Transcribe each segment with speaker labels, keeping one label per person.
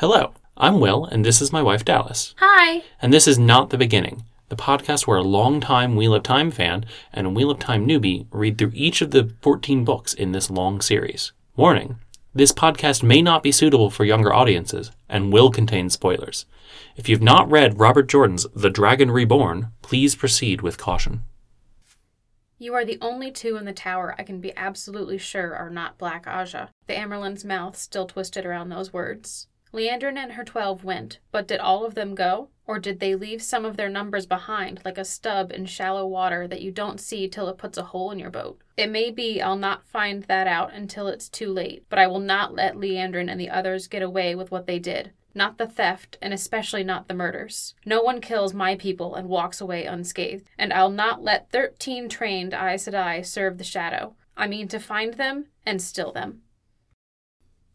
Speaker 1: Hello, I'm Will, and this is my wife Dallas.
Speaker 2: Hi.
Speaker 1: And this is Not the Beginning, the podcast where a longtime Wheel of Time fan and a Wheel of Time newbie read through each of the 14 books in this long series. Warning this podcast may not be suitable for younger audiences and will contain spoilers. If you've not read Robert Jordan's The Dragon Reborn, please proceed with caution.
Speaker 2: You are the only two in the tower I can be absolutely sure are not Black Aja. The Amerlin's mouth still twisted around those words. Leandrin and her twelve went, but did all of them go? Or did they leave some of their numbers behind, like a stub in shallow water that you don't see till it puts a hole in your boat? It may be I'll not find that out until it's too late, but I will not let Leandrin and the others get away with what they did. Not the theft, and especially not the murders. No one kills my people and walks away unscathed, and I'll not let thirteen trained Aes Sedai serve the shadow. I mean to find them and still them.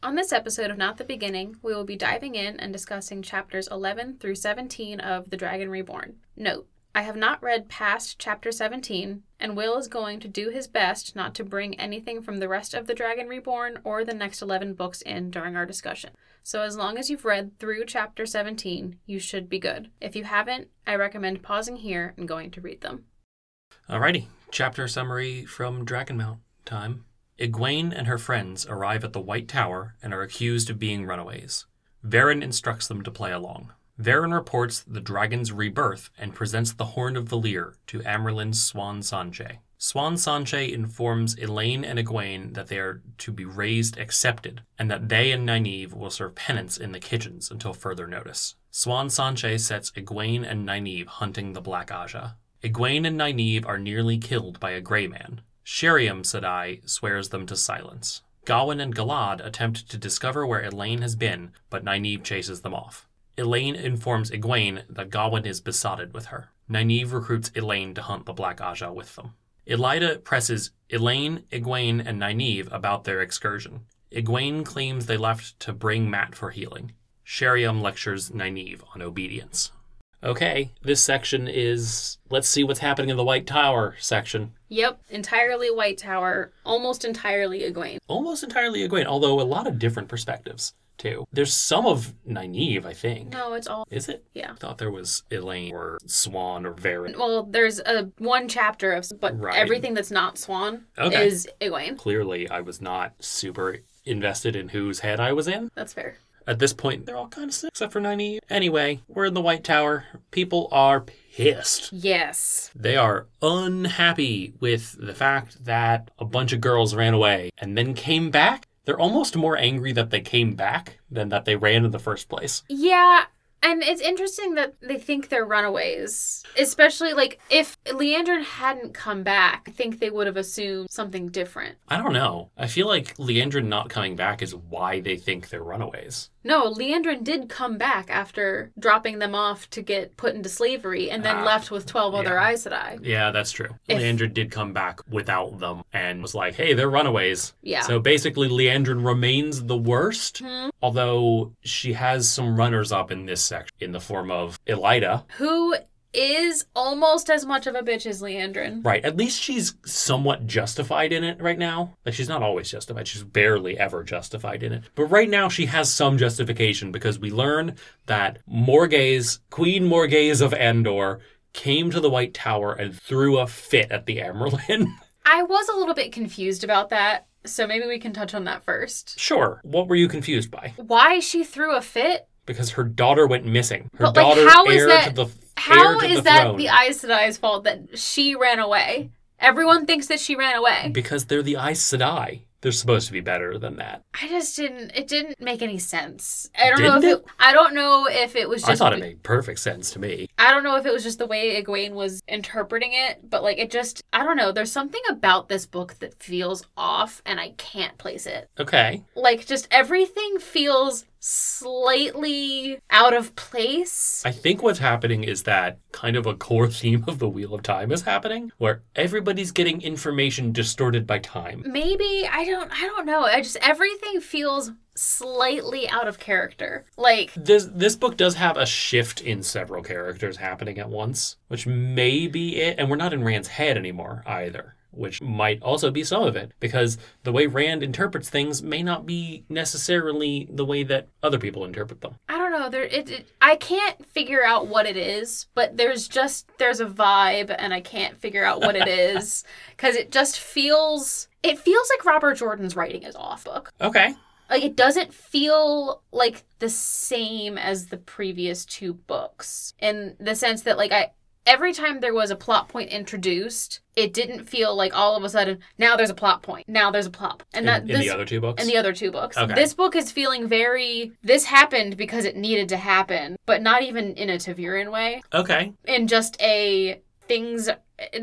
Speaker 2: On this episode of Not the Beginning, we will be diving in and discussing chapters 11 through 17 of The Dragon Reborn. Note, I have not read past chapter 17, and Will is going to do his best not to bring anything from the rest of The Dragon Reborn or the next 11 books in during our discussion. So, as long as you've read through chapter 17, you should be good. If you haven't, I recommend pausing here and going to read them.
Speaker 1: Alrighty, chapter summary from Dragonmount time. Egwene and her friends arrive at the White Tower and are accused of being runaways. Varen instructs them to play along. Varen reports the dragon's rebirth and presents the Horn of Valir to Amerlin's Swan Sanche. Swan Sanche informs Elaine and Egwene that they are to be raised accepted, and that they and Nynaeve will serve penance in the kitchens until further notice. Swan Sanche sets Egwene and Nynaeve hunting the Black Aja. Egwene and Nynaeve are nearly killed by a Grey Man. Sheriam Sedai swears them to silence. Gawain and Galad attempt to discover where Elaine has been, but Nynaeve chases them off. Elaine informs Egwene that Gawain is besotted with her. Nynaeve recruits Elaine to hunt the Black Aja with them. Elida presses Elaine, Egwene, and Nynaeve about their excursion. Egwene claims they left to bring Matt for healing. Sheriam lectures Nynaeve on obedience. Okay, this section is let's see what's happening in the White Tower section.
Speaker 2: Yep, entirely White Tower, almost entirely Egwene.
Speaker 1: Almost entirely Egwene, although a lot of different perspectives too. There's some of Nynaeve, I think.
Speaker 2: No, it's all.
Speaker 1: Is it?
Speaker 2: Yeah.
Speaker 1: I thought there was Elaine or Swan or Varen.
Speaker 2: Well, there's a one chapter of, but
Speaker 1: Right.
Speaker 2: everything that's not Swan
Speaker 1: Okay.
Speaker 2: is Egwene.
Speaker 1: Clearly, I was not super invested in whose head I was in.
Speaker 2: That's fair.
Speaker 1: At this point, they're all kind of sick, except for Nynaeve. Anyway, we're in the White Tower. People are pissed.
Speaker 2: Yes.
Speaker 1: They are unhappy with the fact that a bunch of girls ran away and then came back. They're almost more angry that they came back than that they ran in the first place.
Speaker 2: Yeah. And it's interesting that they think they're runaways, especially like if Leandrin hadn't come back, I think they would have assumed something different.
Speaker 1: I don't know. I feel like Leandrin not coming back is why they think they're runaways.
Speaker 2: No, Leandrin did come back after dropping them off to get put into slavery and then
Speaker 1: Ah,
Speaker 2: left with 12 other
Speaker 1: yeah.
Speaker 2: Aes Sedai.
Speaker 1: Yeah, that's true.
Speaker 2: If-
Speaker 1: Leandrin did come back without them and was like, hey, they're runaways.
Speaker 2: Yeah.
Speaker 1: So basically, Leandrin remains the worst,
Speaker 2: Hmm.
Speaker 1: although she has some runners up in this section in the form of Elida.
Speaker 2: Who is almost as much of a bitch as Leandrin.
Speaker 1: Right. At least she's somewhat justified in it right now. Like she's not always justified. She's barely ever justified in it. But right now she has some justification because we learn that Morgaze, Queen Morgaze of Andor, came to the White Tower and threw a fit at the Amerlin.
Speaker 2: I was a little bit confused about that, so maybe we can touch on that first.
Speaker 1: sure. What were you confused by?
Speaker 2: Why she threw a fit?
Speaker 1: Because her daughter went missing. Her
Speaker 2: But, like,
Speaker 1: daughter
Speaker 2: how is
Speaker 1: heir
Speaker 2: that-
Speaker 1: to the heir
Speaker 2: How
Speaker 1: to
Speaker 2: is
Speaker 1: the
Speaker 2: that
Speaker 1: throne.
Speaker 2: the Aes Sedai's fault that she ran away? Everyone thinks that she ran away.
Speaker 1: because they're the Aes Sedai. They're supposed to be better than that.
Speaker 2: I just didn't. It didn't make any sense. I don't know
Speaker 1: Didn't
Speaker 2: if it, I don't know if it was just.
Speaker 1: I thought it made perfect sense to me.
Speaker 2: I don't know if it was just the way Egwene was interpreting it, but like it just. I don't know. There's something about this book that feels off, and I can't place it.
Speaker 1: Okay.
Speaker 2: Like just everything feels slightly out of place.
Speaker 1: I think what's happening is that kind of a core theme of the Wheel of Time is happening, where everybody's getting information distorted by time.
Speaker 2: maybe i don't i don't know i just everything feels slightly out of character like
Speaker 1: This this book does have a shift in several characters happening at once, which may be it. And we're not in Rand's head anymore either. which might also be some of it, because the way Rand interprets things may not be necessarily the way that other people interpret them.
Speaker 2: I don't know. There, it, it, I can't figure out what it is, but there's just there's a vibe, and I can't figure out what it is because it just feels it feels like Robert Jordan's writing is off book.
Speaker 1: Okay.
Speaker 2: Like it doesn't feel like the same as the previous two books in the sense that like I every time there was a plot point introduced, it didn't feel like all of a sudden now there's a plot point. Now there's a plot, point. and
Speaker 1: In,
Speaker 2: that
Speaker 1: in
Speaker 2: this
Speaker 1: the other two books?
Speaker 2: and the other two books.
Speaker 1: Okay.
Speaker 2: This book is feeling very this happened because it needed to happen, but not even in a Tavirian way.
Speaker 1: okay.
Speaker 2: In just a things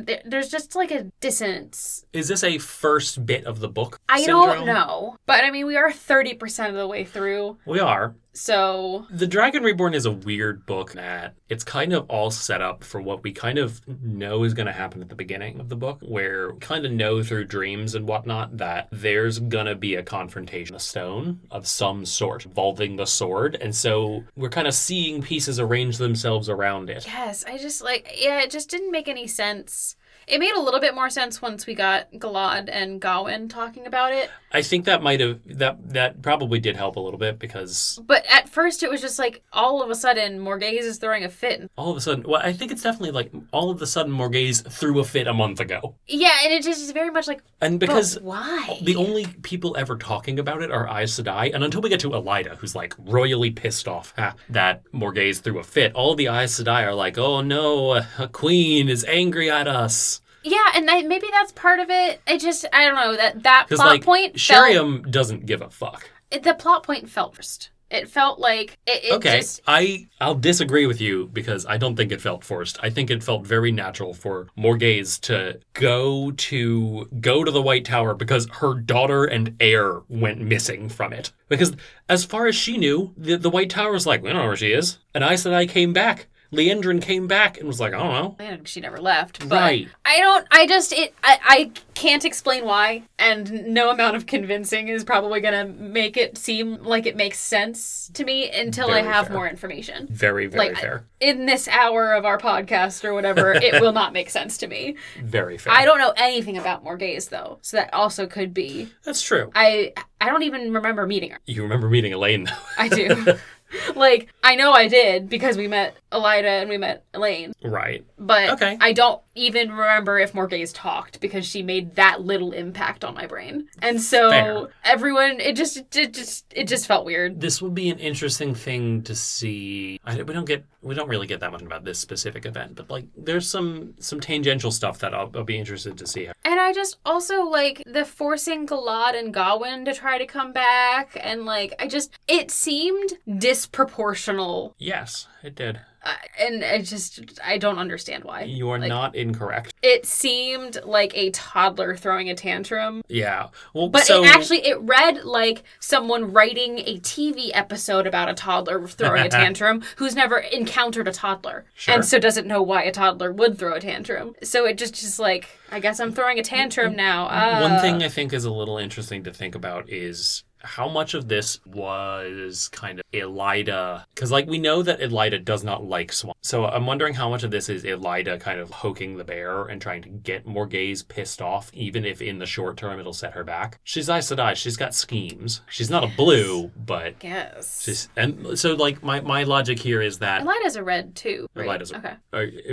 Speaker 2: there- there's just like a dissonance.
Speaker 1: Is this a first bit of the book?
Speaker 2: I
Speaker 1: syndrome?
Speaker 2: don't know. But I mean we are 30% of the way through.
Speaker 1: We are.
Speaker 2: So
Speaker 1: The Dragon Reborn is a weird book that it's kind of all set up for what we kind of know is going to happen at the beginning of the book, where we kind of know through dreams and whatnot that there's going to be a confrontation, a stone of some sort involving the sword. And so we're kind of seeing pieces arrange themselves around it.
Speaker 2: Yes, I just like yeah, it just didn't make any sense. It made a little bit more sense once we got Galad and Gawain talking about it.
Speaker 1: I think that might have, that, that probably did help a little bit because
Speaker 2: But at first it was just like all of a sudden Morghese is throwing a fit.
Speaker 1: all of a sudden, well, I think it's definitely like all of a sudden Morghese threw a fit a month ago.
Speaker 2: Yeah, and it just is very much like
Speaker 1: And because
Speaker 2: because why?
Speaker 1: The only people ever talking about it are Aes Sedai, and until we get to Elida, who's like royally pissed off ha, that Morghese threw a fit, all the Aes Sedai are like, oh no, a queen is angry at us.
Speaker 2: yeah, and I, maybe that's part of it. I just I don't know that that
Speaker 1: Because,
Speaker 2: plot
Speaker 1: like,
Speaker 2: point felt,
Speaker 1: Sheriam doesn't give a fuck.
Speaker 2: it, the plot point felt first. It felt like it, it
Speaker 1: okay,
Speaker 2: just
Speaker 1: I, I'll disagree with you because I don't think it felt forced. I think it felt very natural for Morghese to go to go to the White Tower because her daughter and heir went missing from it. Because as far as she knew, the, the White Tower was like, we don't know where she is. And I said I came back. Leandrin came back and was like, I don't know.
Speaker 2: I don't- she never left. But
Speaker 1: Right.
Speaker 2: I don't. I just. It. I. I can't explain why, and no amount of convincing is probably gonna make it seem like it makes sense to me until I
Speaker 1: Very
Speaker 2: have
Speaker 1: fair.
Speaker 2: more information.
Speaker 1: Very, very
Speaker 2: Like, I-
Speaker 1: fair.
Speaker 2: In this hour of our podcast or whatever, it will not make sense to me.
Speaker 1: Very fair.
Speaker 2: I don't know anything about Morgaze though, so that also could be.
Speaker 1: That's true.
Speaker 2: I. I don't even remember meeting her.
Speaker 1: You remember meeting Elaine, though.
Speaker 2: I do. like I know I did because we met Elida and we met Elaine.
Speaker 1: right.
Speaker 2: But
Speaker 1: Okay.
Speaker 2: I don't even remember if Morgaze talked because she made that little impact on my brain. And so
Speaker 1: Fair.
Speaker 2: everyone it just it just it just felt weird.
Speaker 1: this will be an interesting thing to see. I, we don't get we don't really get that much about this specific event, but like there's some some tangential stuff that I'll, I'll be interested to see.
Speaker 2: And I just also like the forcing Galad and Gawain to try to come back and like I just it seemed disproportional
Speaker 1: Yes, it did.
Speaker 2: uh, and I just I don't understand why.
Speaker 1: You are
Speaker 2: Like-
Speaker 1: not incorrect.
Speaker 2: It seemed like a toddler throwing a tantrum
Speaker 1: Yeah. Well,
Speaker 2: But
Speaker 1: so
Speaker 2: it actually it read like someone writing a TV episode about a toddler throwing a tantrum who's never encountered a toddler
Speaker 1: Sure.
Speaker 2: and so doesn't know why a toddler would throw a tantrum. So it just just like I guess I'm throwing a tantrum now. Uh,
Speaker 1: Mm, one thing I think is a little interesting to think about is how much of this was kind of Elida because like we know that Elida does not like Swan. So I'm wondering how much of this is Elida kind of poking the bear and trying to get Morghese pissed off, even if in the short term it'll set her back. She's Aes Sedai, she's got schemes. She's not a blue, but
Speaker 2: guess.
Speaker 1: she's and so like my, my logic here is that
Speaker 2: Elida's a red too. Right?
Speaker 1: Elida's a-
Speaker 2: okay.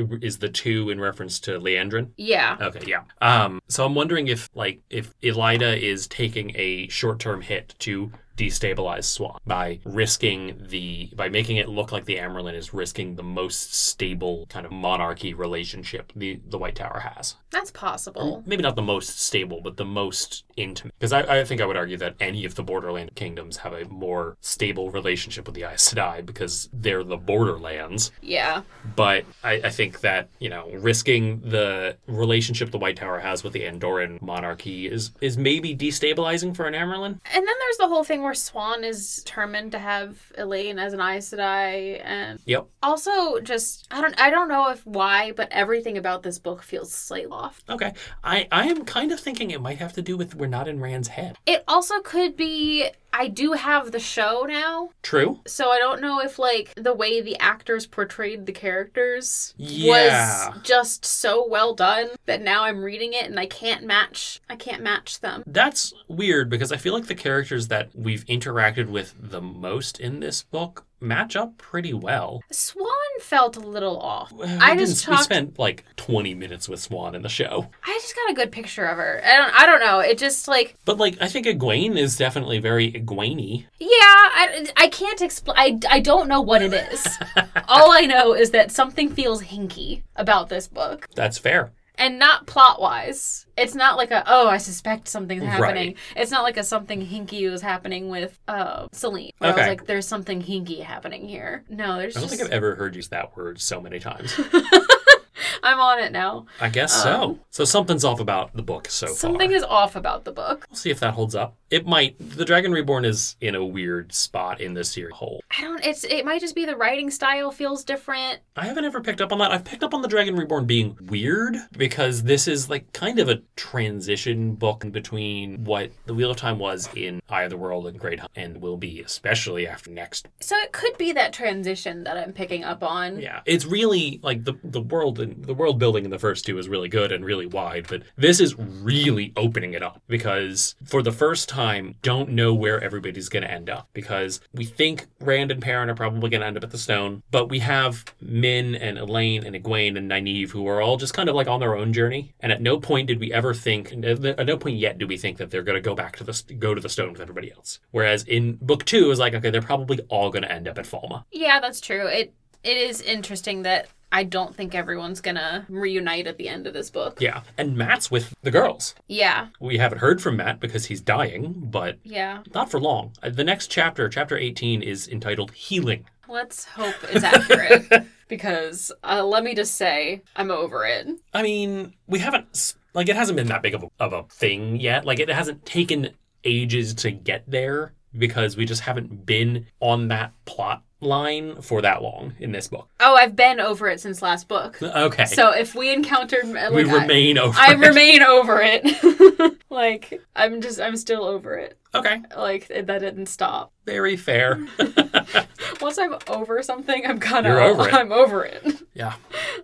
Speaker 1: uh, is the two in reference to Leandrin?
Speaker 2: Yeah.
Speaker 1: Okay, yeah. Um, so I'm wondering if like if Elida is taking a short term hit to destabilize Swan by risking the by making it look like the Amaryllin is risking the most stable kind of monarchy relationship the the White Tower has.
Speaker 2: That's possible.
Speaker 1: Maybe not the most stable, but the most intimate. Because I, I think I would argue that any of the borderland kingdoms have a more stable relationship with the Aes Sedai because they're the borderlands
Speaker 2: Yeah.
Speaker 1: but I, I think that you know risking the relationship the White Tower has with the Andorran monarchy is is maybe destabilizing for an Amerlin.
Speaker 2: And then there's the whole thing where Swan is determined to have Elaine as an Aes Sedai and
Speaker 1: Yep.
Speaker 2: also just I don't I don't know if why, but everything about this book feels slightly off.
Speaker 1: Okay. I I am kind of thinking it might have to do with we're not in Rand's head.
Speaker 2: It also could be I do have the show now,
Speaker 1: True.
Speaker 2: so I don't know if like the way the actors portrayed the characters
Speaker 1: Yeah.
Speaker 2: was just so well done that now I'm reading it and I can't match I can't match them.
Speaker 1: That's weird because I feel like the characters that we've interacted with the most in this book match up pretty well.
Speaker 2: Swan felt a little off.
Speaker 1: We
Speaker 2: I just
Speaker 1: didn't- we
Speaker 2: talked-
Speaker 1: spent like 20 minutes with Swan in the show.
Speaker 2: I just got a good picture of her. I don't I don't know. It just like
Speaker 1: But like I think Egwene is definitely very Egwene.
Speaker 2: Yeah, I, I can't explain. I, I don't know what it is. All I know is that something feels hinky about this book.
Speaker 1: That's fair.
Speaker 2: And not plot wise. It's not like a, oh, I suspect something's
Speaker 1: Right.
Speaker 2: happening. It's not like a something hinky was happening with uh, Celine. Where I
Speaker 1: Okay.
Speaker 2: was like, there's something hinky happening here. No, there's
Speaker 1: I don't
Speaker 2: just.
Speaker 1: think I've ever heard you use that word so many times.
Speaker 2: I'm on it now.
Speaker 1: I guess so. So something's off about the book so
Speaker 2: Um, Something
Speaker 1: far.
Speaker 2: is off about the book.
Speaker 1: We'll see if that holds up. It might. The Dragon Reborn is in a weird spot in this series whole.
Speaker 2: I don't. It's. It might just be the writing style feels different.
Speaker 1: I haven't ever picked up on that. I've picked up on the Dragon Reborn being weird because this is like kind of a transition book in between what the Wheel of Time was in Eye of the World and Great Hunt and will be, especially after next.
Speaker 2: So it could be that transition that I'm picking up on.
Speaker 1: Yeah, it's really like the the world and the world building in the first two is really good and really wide, but this is really opening it up because for the first time, don't know where everybody's going to end up because we think Rand and Perrin are probably going to end up at the Stone, but we have Min and Elaine and Egwene and Nynaeve who are all just kind of like on their own journey, and at no point did we ever think, at no point yet do we think that they're going to go back to the go to the Stone with everybody else. Whereas in book two, it was like okay, they're probably all going to end up at Falma.
Speaker 2: Yeah, that's true. It it is interesting that I don't think everyone's gonna reunite at the end of this book.
Speaker 1: Yeah, and Matt's with the girls.
Speaker 2: Yeah,
Speaker 1: We haven't heard from Matt because he's dying, but
Speaker 2: yeah.
Speaker 1: not for long. Uh, The next chapter, chapter 18, is entitled Healing.
Speaker 2: Let's hope it's accurate because uh, let me just say I'm over it.
Speaker 1: I mean, we haven't, s- like, it hasn't been that big of a, of a thing yet. Like, it hasn't taken ages to get there because we just haven't been on that plot line for that long in this book.
Speaker 2: Oh, I've been over it since last book.
Speaker 1: Okay.
Speaker 2: So if we encountered, like,
Speaker 1: we remain over.
Speaker 2: I, I
Speaker 1: it.
Speaker 2: remain over it. like I'm just I'm still over it.
Speaker 1: okay.
Speaker 2: Like it- that didn't stop.
Speaker 1: Very fair.
Speaker 2: Once I'm over something, I'm kind of
Speaker 1: You're over it.
Speaker 2: I'm over it.
Speaker 1: yeah.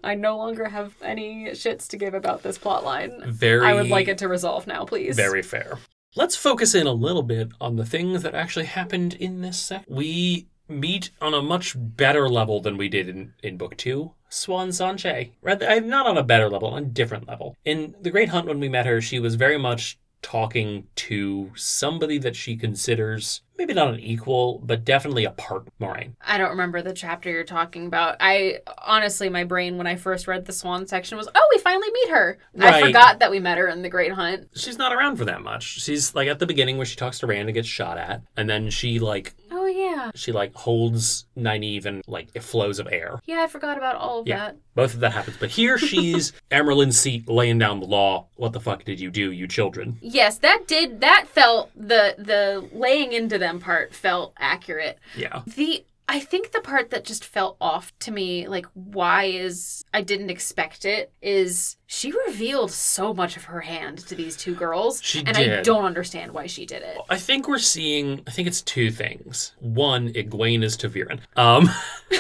Speaker 2: I no longer have any shits to give about this plot line.
Speaker 1: Very.
Speaker 2: I would like it to resolve now, please.
Speaker 1: Very fair. Let's focus in a little bit on the things that actually happened in this sec. We meet on a much better level than we did in, in book two. Swan Sanche. Rather, I- not on a better level, on a different level. In The Great Hunt, when we met her, she was very much talking to somebody that she considers maybe not an equal, but definitely a part Moraine.
Speaker 2: I don't remember the chapter you're talking about. I honestly, my brain when I first read the Swan section was, oh, we finally meet her.
Speaker 1: Right.
Speaker 2: I forgot that we met her in the Great Hunt.
Speaker 1: She's not around for that much. She's like at the beginning where she talks to Rand and gets shot at, and then she like
Speaker 2: Oh yeah,
Speaker 1: she like holds Nynaeve and like flows of air.
Speaker 2: yeah, I forgot about all of
Speaker 1: Yeah.
Speaker 2: that.
Speaker 1: Both of that happens. But here she's Emerald's seat laying down the law. What the fuck did you do, you children?
Speaker 2: Yes, that did. That felt the the laying into them part felt accurate.
Speaker 1: Yeah.
Speaker 2: The I think the part that just felt off to me, like why is I didn't expect it, is she revealed so much of her hand to these two girls,
Speaker 1: She
Speaker 2: and I
Speaker 1: did.
Speaker 2: don't understand why she did it.
Speaker 1: I think we're seeing I think it's two things. One, Egwene is Taviran. Um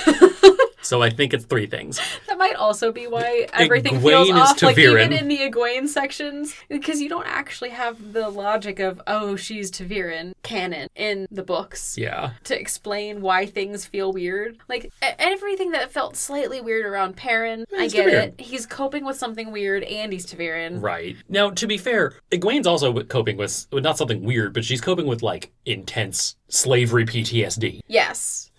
Speaker 1: So I think it's three things.
Speaker 2: That might also be why everything
Speaker 1: Egwene
Speaker 2: feels
Speaker 1: is
Speaker 2: off. Like even
Speaker 1: Taviran.
Speaker 2: in the Egwene sections, because you don't actually have the logic of oh she's Taviran canon in the books
Speaker 1: Yeah.
Speaker 2: to explain why things feel weird. Like e- everything that felt slightly weird around Perrin, I
Speaker 1: He's
Speaker 2: get
Speaker 1: Taviran.
Speaker 2: it. He's coping with something weird, and he's Taviran.
Speaker 1: Right. Now, to be fair, Egwene's also coping with with not something weird, but she's coping with like intense slavery PTSD.
Speaker 2: Yes,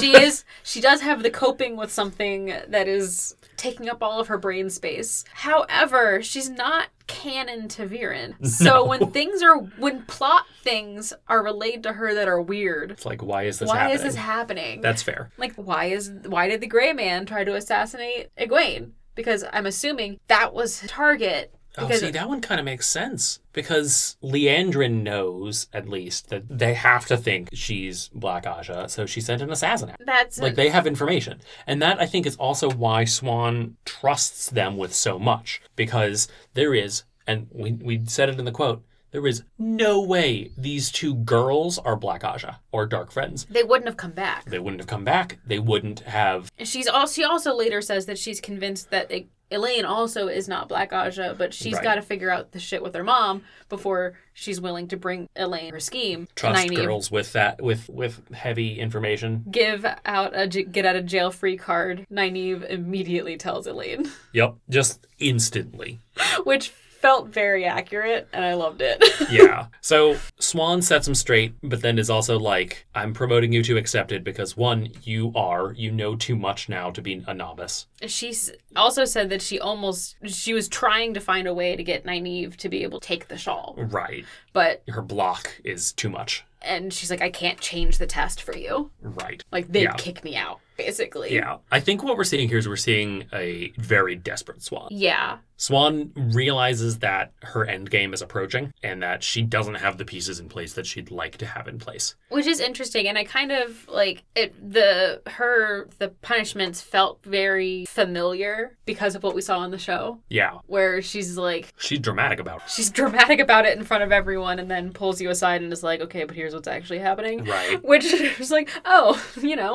Speaker 2: she is. She does have the coping with something that is taking up all of her brain space. However, she's not canon to Viren. So when things are when plot things are relayed to her that are weird,
Speaker 1: It's like why is this
Speaker 2: why
Speaker 1: happening?
Speaker 2: is this happening?
Speaker 1: That's fair.
Speaker 2: like why is why did the gray man try to assassinate Egwene? Because I'm assuming that was his target.
Speaker 1: Oh,
Speaker 2: Because
Speaker 1: see, that one kind of makes sense because Leandrin knows at least that they have to think she's Black Aja, so she sent an assassin. out.
Speaker 2: that's
Speaker 1: Like they have information, and that I think is also why Swan trusts them with so much because there is, and we we said it in the quote. There is no way these two girls are Black Aja or Dark Friends.
Speaker 2: They wouldn't have come back.
Speaker 1: They wouldn't have come back. They wouldn't have.
Speaker 2: And She's all. She also later says that she's convinced that it, Elaine also is not Black Aja, but she's
Speaker 1: Right.
Speaker 2: got to figure out the shit with her mom before she's willing to bring Elaine her scheme. to
Speaker 1: Trust
Speaker 2: Nynaeve.
Speaker 1: girls with that with with heavy information.
Speaker 2: Give out a j- get out of jail free card. Nynaeve immediately tells Elaine,
Speaker 1: Yep, just instantly.
Speaker 2: which felt very accurate, and I loved it.
Speaker 1: Yeah. so Swan sets him straight, but then is also like, "I'm promoting you to accepted because one, you are you know too much now to be a novice."
Speaker 2: She s- also said that she almost she was trying to find a way to get Nynaeve to be able to take the shawl,
Speaker 1: Right.
Speaker 2: but
Speaker 1: Her block is too much.
Speaker 2: and she's like, I can't change the test for you.
Speaker 1: Right.
Speaker 2: Like they
Speaker 1: Yeah.
Speaker 2: would kick me out, basically.
Speaker 1: Yeah. I think what we're seeing here is we're seeing a very desperate Swan.
Speaker 2: Yeah.
Speaker 1: Swan realizes that her end game is approaching and that she doesn't have the pieces in place that she'd like to have in place.
Speaker 2: Which is interesting, and I kind of like it. The her the punishments felt very familiar because of what we saw on the show,
Speaker 1: Yeah.
Speaker 2: where she's like
Speaker 1: She's dramatic about it.
Speaker 2: she's dramatic about it in front of everyone, and then pulls you aside and is like, "Okay, but here's what's actually happening,"
Speaker 1: Right.
Speaker 2: which is like, "Oh, you know,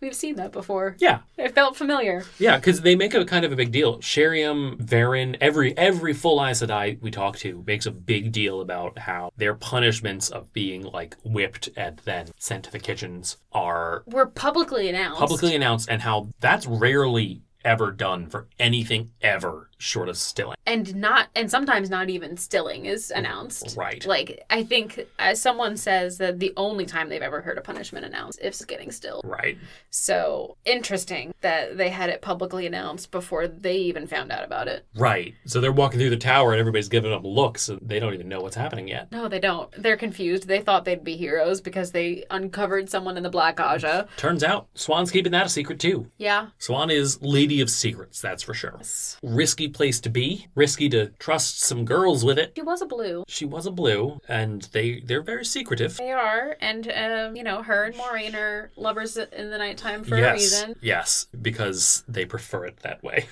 Speaker 2: we've seen that before."
Speaker 1: Yeah.
Speaker 2: It felt familiar.
Speaker 1: Yeah, because they make a kind of a big deal. Sherium, Varin, every every full Aes Sedai we talk to makes a big deal about how their punishments of being like whipped and then sent to the kitchens are
Speaker 2: We're publicly announced.
Speaker 1: publicly announced, and how that's rarely ever done for anything ever short of stilling.
Speaker 2: and not and sometimes not even stilling is announced
Speaker 1: Right.
Speaker 2: like i think as someone says that the only time they've ever heard a punishment announced is getting stilled
Speaker 1: Right.
Speaker 2: so interesting that they had it publicly announced before they even found out about it
Speaker 1: Right. So they're walking through the tower and everybody's giving them looks and they don't even know what's happening yet.
Speaker 2: no they don't they're confused they thought they'd be heroes because they uncovered someone in the black aja
Speaker 1: Turns out Swan's keeping that a secret too.
Speaker 2: yeah
Speaker 1: Swan is Lady of Secrets, that's for sure. Risky place to be, risky to trust some girls with it.
Speaker 2: she was a blue
Speaker 1: She was a blue, and they they're very secretive.
Speaker 2: they are and um, you know her and maureen are lovers in the nighttime for a
Speaker 1: yes,
Speaker 2: reason
Speaker 1: yes, because they prefer it that way.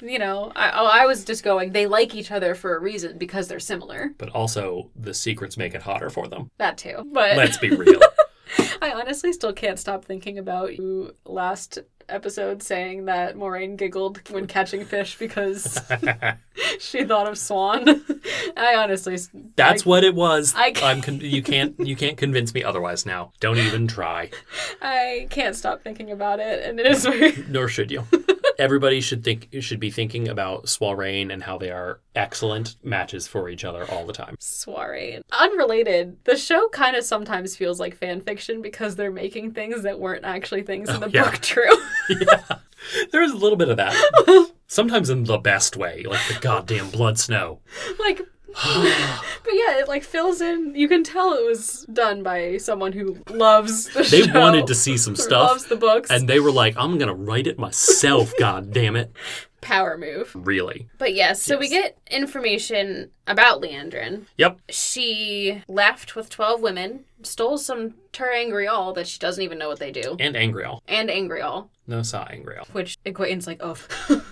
Speaker 2: you know I, oh, I was just going they like each other for a reason because they're similar
Speaker 1: But also, the secrets make it hotter for them.
Speaker 2: That too. But
Speaker 1: Let's be real.
Speaker 2: I honestly still can't stop thinking about you last episode saying that Moraine giggled when catching fish because she thought of Swan. I honestly, s-
Speaker 1: That's what it was.
Speaker 2: I-
Speaker 1: I'm con- you can't you can't convince me otherwise now. Don't even try.
Speaker 2: I can't stop thinking about it, and it is weird.
Speaker 1: Nor should you. Everybody should think should be thinking about Soireen and how they are excellent matches for each other all the time.
Speaker 2: Soiree. Unrelated, the show kind of sometimes feels like fan fiction because they're making things that weren't actually things in the
Speaker 1: Oh, yeah.
Speaker 2: book true.
Speaker 1: There is a little bit of that. Sometimes in the best way, like the goddamn blood snow.
Speaker 2: like but yeah it like fills in you can tell it was done by someone who loves the
Speaker 1: They
Speaker 2: show,
Speaker 1: wanted to see some
Speaker 2: who
Speaker 1: stuff,
Speaker 2: loves the books
Speaker 1: and they were like, "I'm gonna write it myself." God damn it!
Speaker 2: power move
Speaker 1: Really?
Speaker 2: but yes so we
Speaker 1: Yes.
Speaker 2: get information about leandrin
Speaker 1: Yep.
Speaker 2: she left with 12 women stole some turangrial that she doesn't even know what they do
Speaker 1: And Angriel.
Speaker 2: and angrial
Speaker 1: No, saw Angriel.
Speaker 2: which Egwene's like oh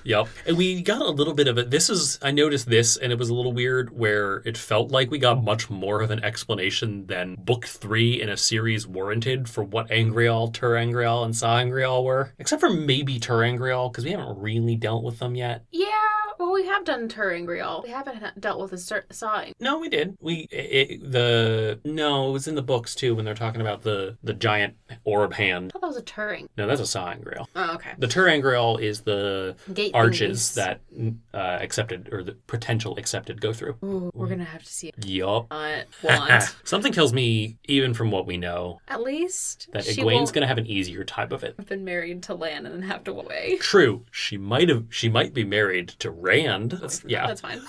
Speaker 1: Yep. And we got a little bit of it. This is, I noticed this, and it was a little weird where it felt like we got much more of an explanation than book three in a series warranted for what Angriel, Turangriel, and Sangreal were. Except for maybe Turangriel, because we haven't really dealt with them yet.
Speaker 2: yeah well we have done turangrial we haven't ha- dealt with the cer- sawing
Speaker 1: No, we did. We it, it- the no, it was in the books too when they're talking about the the giant orb hand.
Speaker 2: I thought that was a Turing.
Speaker 1: No, that's a Sangreal.
Speaker 2: Oh, okay.
Speaker 1: The Turangreal is the
Speaker 2: Gate
Speaker 1: arches
Speaker 2: thingies.
Speaker 1: that uh, accepted or the potential accepted go through.
Speaker 2: Ooh, we're gonna have to see it.
Speaker 1: Yup.
Speaker 2: Uh, want.
Speaker 1: Something tells me, even from what we know,
Speaker 2: At least
Speaker 1: that
Speaker 2: she
Speaker 1: Egwene's
Speaker 2: won't
Speaker 1: gonna have an easier time of it.
Speaker 2: have been married to Lan and then have to away.
Speaker 1: True, she might have. She might be married to Rand. That's, yeah,
Speaker 2: That's fine.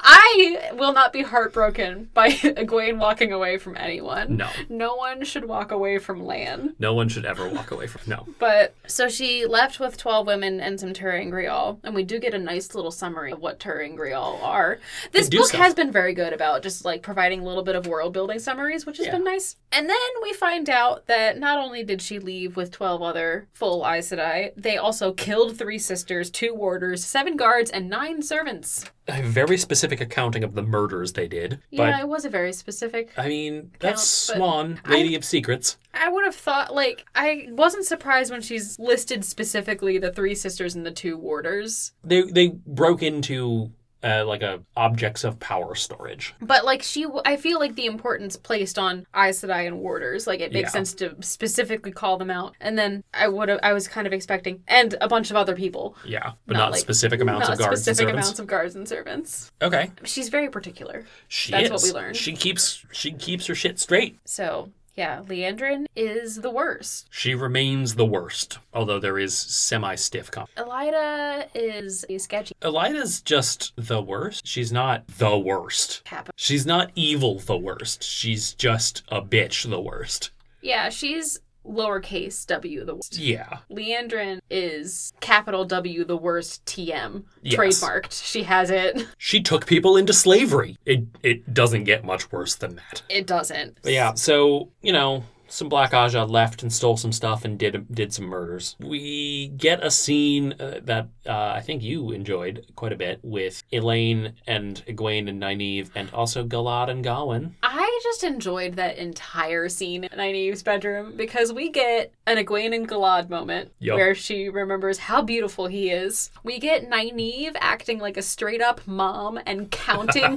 Speaker 2: I will not be heartbroken by Egwene walking away from anyone.
Speaker 1: no,
Speaker 2: No one should walk away from Lan.
Speaker 1: no one should ever walk away from. No,
Speaker 2: But so she left with 12 women and some Turingrial, and we do get a nice little summary of what Turingrial are. This
Speaker 1: do
Speaker 2: book
Speaker 1: stuff.
Speaker 2: has been very good about just like providing a little bit of world building summaries, which has
Speaker 1: Yeah.
Speaker 2: been nice. And then we find out that not only did she leave with 12 other full Aes Sedai, they also killed three sisters, two warders, seven guards, and nine servants.
Speaker 1: A very specific accounting of the murders they did.
Speaker 2: yeah, it was a very specific.
Speaker 1: But I mean,
Speaker 2: Count, but
Speaker 1: that's Swan, Lady of Secrets.
Speaker 2: I would have thought, like, I wasn't surprised when she's listed specifically the three sisters and the two warders.
Speaker 1: They they broke into uh, like a objects of power storage.
Speaker 2: But, like, she, w- I feel like the importance placed on Aes Sedai and warders, like, it makes
Speaker 1: Yeah.
Speaker 2: sense to specifically call them out. And then I would have, I was kind of expecting, and a bunch of other people.
Speaker 1: Yeah, but
Speaker 2: Not,
Speaker 1: not,
Speaker 2: like-
Speaker 1: specific amounts
Speaker 2: Not
Speaker 1: of guards and
Speaker 2: specific
Speaker 1: servants.
Speaker 2: amounts of guards and servants.
Speaker 1: okay,
Speaker 2: She's very particular.
Speaker 1: she
Speaker 2: That's what
Speaker 1: is.
Speaker 2: we learned.
Speaker 1: She keeps she keeps her shit straight.
Speaker 2: So, yeah, Leandrin is the worst.
Speaker 1: She remains the worst, although there is semi stiff comp.
Speaker 2: Elida is a sketchy
Speaker 1: Elida's just the worst. She's not the worst.
Speaker 2: cap.
Speaker 1: She's not evil the worst. She's just a bitch the worst.
Speaker 2: Yeah, she's lowercase w the worst.
Speaker 1: Yeah.
Speaker 2: Leandrin is capital W the worst TM.
Speaker 1: Yes.
Speaker 2: Trademarked. She has it.
Speaker 1: She took people into slavery. It it doesn't get much worse than that.
Speaker 2: It doesn't.
Speaker 1: But yeah, so, you know, some Black Aja left and stole some stuff and did did some murders. We get a scene uh, that uh, I think you enjoyed quite a bit with Elaine and Egwene and Nynaeve and also Galad and Gawain.
Speaker 2: I just enjoyed that entire scene in Nynaeve's bedroom because we get an Egwene and Galad moment
Speaker 1: Yup.
Speaker 2: where she remembers how beautiful he is. We get Nynaeve acting like a straight up mom and counting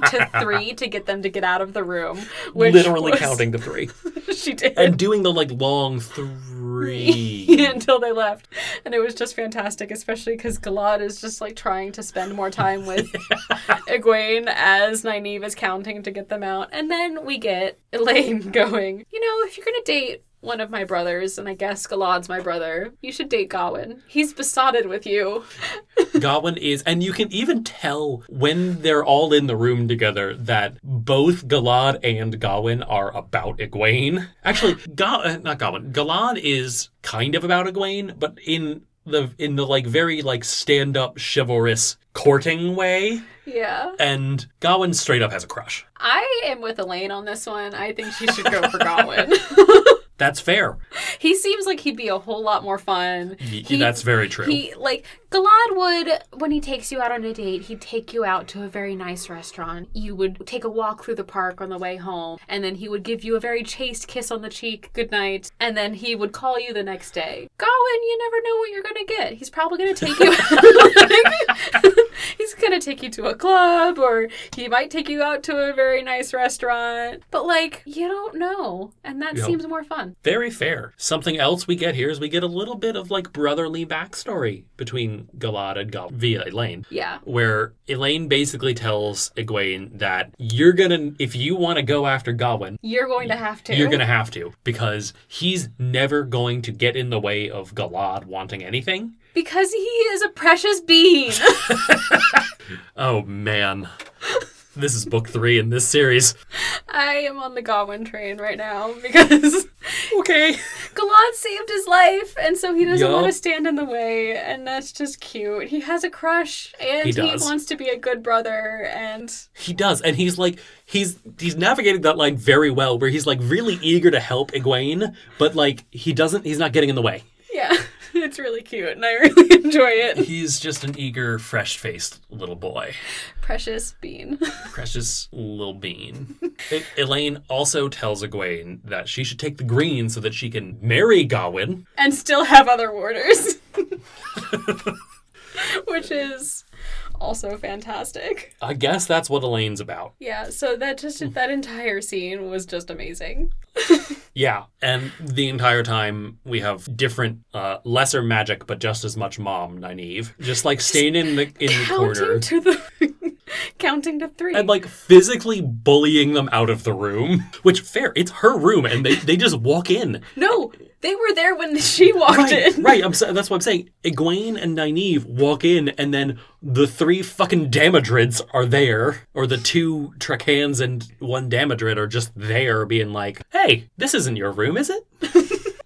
Speaker 2: to three to get them to get out of the room. Which
Speaker 1: Literally
Speaker 2: was-
Speaker 1: counting to three.
Speaker 2: she did.
Speaker 1: and doing the like long three.
Speaker 2: until they left. And it was just fantastic, especially because Galad is just like trying to spend more time with Egwene as Nynaeve is counting to get them out. And then we get Elaine going, you know, if you're going to date one of my brothers, and I guess Galad's my brother, you should date Gawain. He's besotted with you.
Speaker 1: Gawain is, and you can even tell when they're all in the room together that both Galad and Gawain are about Egwene. Actually, Ga- uh, not Gawain. Galad is kind of about Egwene, but in the in the like very like stand up chivalrous courting way,
Speaker 2: Yeah.
Speaker 1: and Gawain straight up has a crush.
Speaker 2: I am with Elaine on this one. I think she should go for Gawain.
Speaker 1: That's fair.
Speaker 2: he seems like he'd be a whole lot more fun.
Speaker 1: Y-
Speaker 2: He-
Speaker 1: that's very true.
Speaker 2: He like Galad would when he takes you out on a date, he'd take you out to a very nice restaurant. You would take a walk through the park on the way home, and then he would give you a very chaste kiss on the cheek, good night, and then he would call you the next day. Gawain, you never know what you're gonna get. He's probably gonna take you He's gonna take you to a club or he might take you out to a very nice restaurant. But like, you don't know. And that
Speaker 1: Yeah.
Speaker 2: seems more fun.
Speaker 1: Very fair. Something else we get here is we get a little bit of like brotherly backstory between Galad and Gal via Elaine,
Speaker 2: Yeah.
Speaker 1: where Elaine basically tells Egwene that you're gonna, if you want to go after Gawain,
Speaker 2: You're going to have to.
Speaker 1: you're gonna have to because he's never going to get in the way of Galad wanting anything.
Speaker 2: Because he is a precious bean.
Speaker 1: Oh man, this is book three in this series.
Speaker 2: I am on the Godwin train right now because
Speaker 1: Okay.
Speaker 2: Galad saved his life, and so he doesn't
Speaker 1: Yup.
Speaker 2: want to stand in the way, and that's just cute. He has a crush, and
Speaker 1: He
Speaker 2: he,
Speaker 1: does.
Speaker 2: wants to be a good brother, and
Speaker 1: He does, and he's like he's he's navigating that line very well, where he's like really eager to help Egwene, but like he doesn't, he's not getting in the way.
Speaker 2: yeah, it's really cute, and I really enjoy it.
Speaker 1: He's just an eager, fresh faced little boy.
Speaker 2: Precious bean.
Speaker 1: Precious little bean. E- Elaine also tells Egwene that she should take the green so that she can marry Gawain.
Speaker 2: and still have other warders. Which is also fantastic.
Speaker 1: I guess that's what Elaine's about.
Speaker 2: Yeah, so that just that entire scene was just amazing.
Speaker 1: Yeah. And the entire time we have different, uh, lesser magic, but just as much mom, Nynaeve, just like staying in the in the corner
Speaker 2: counting to the counting to three.
Speaker 1: and like physically bullying them out of the room. Which fair, it's her room, and they they just walk in.
Speaker 2: no, they were there when she walked
Speaker 1: Right,
Speaker 2: in.
Speaker 1: right. I'm sa- that's what I'm saying. Egwene and Nynaeve walk in, and then the three fucking Damodrids are there, or the two Trakans and one Damodrid are just there, being like, "Hey, this isn't your room, is it?"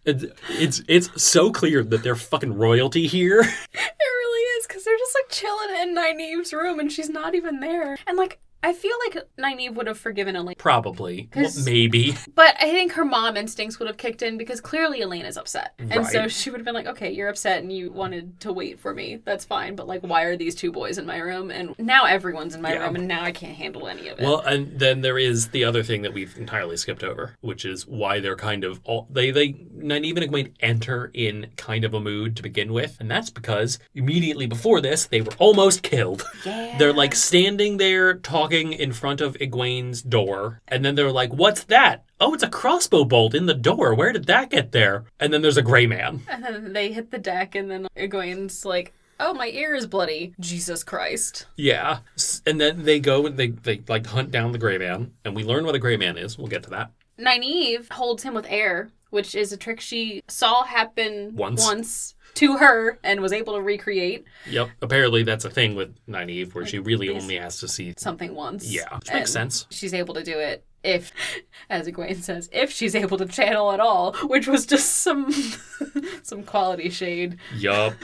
Speaker 1: it's, it's it's so clear that they're fucking royalty here.
Speaker 2: It really is because they're just like chilling in Nynaeve's room and she's not even there. And like I feel like Nynaeve would have forgiven Elena,
Speaker 1: Probably. Well,
Speaker 2: 'Cause-
Speaker 1: maybe.
Speaker 2: but I think her mom instincts would have kicked in because clearly Elena's upset. And so
Speaker 1: Right.
Speaker 2: she would have been like, okay, you're upset and you wanted to wait for me. That's fine. But like, why are these two boys in my room? And now everyone's in my
Speaker 1: Yeah.
Speaker 2: room and now I can't handle any of it.
Speaker 1: Well, and then there is the other thing that we've entirely skipped over, which is why they're kind of all they they Nynaeve and Egwene enter in kind of a mood to begin with, and that's because immediately before this they were almost killed.
Speaker 2: yeah.
Speaker 1: They're like standing there talking in front of Egwene's door, and then they're like, "What's that? Oh, it's a crossbow bolt in the door. Where did that get there?" And then there's a gray man.
Speaker 2: And then they hit the deck, and then Egwene's like, "Oh, my ear is bloody! Jesus Christ!"
Speaker 1: Yeah, S- and then they go and they they like hunt down the gray man, and we learn what a gray man is. We'll get to that.
Speaker 2: Nynaeve holds him with air, which is a trick she saw happen
Speaker 1: Once.
Speaker 2: once to her and was able to recreate
Speaker 1: Yep. Apparently, that's a thing with Nynaeve where she really
Speaker 2: these-
Speaker 1: only has to see.
Speaker 2: something once.
Speaker 1: Yeah. Which
Speaker 2: And
Speaker 1: makes sense.
Speaker 2: She's able to do it if, as Egwene says, if she's able to channel at all, which was just some some quality shade.
Speaker 1: Yup.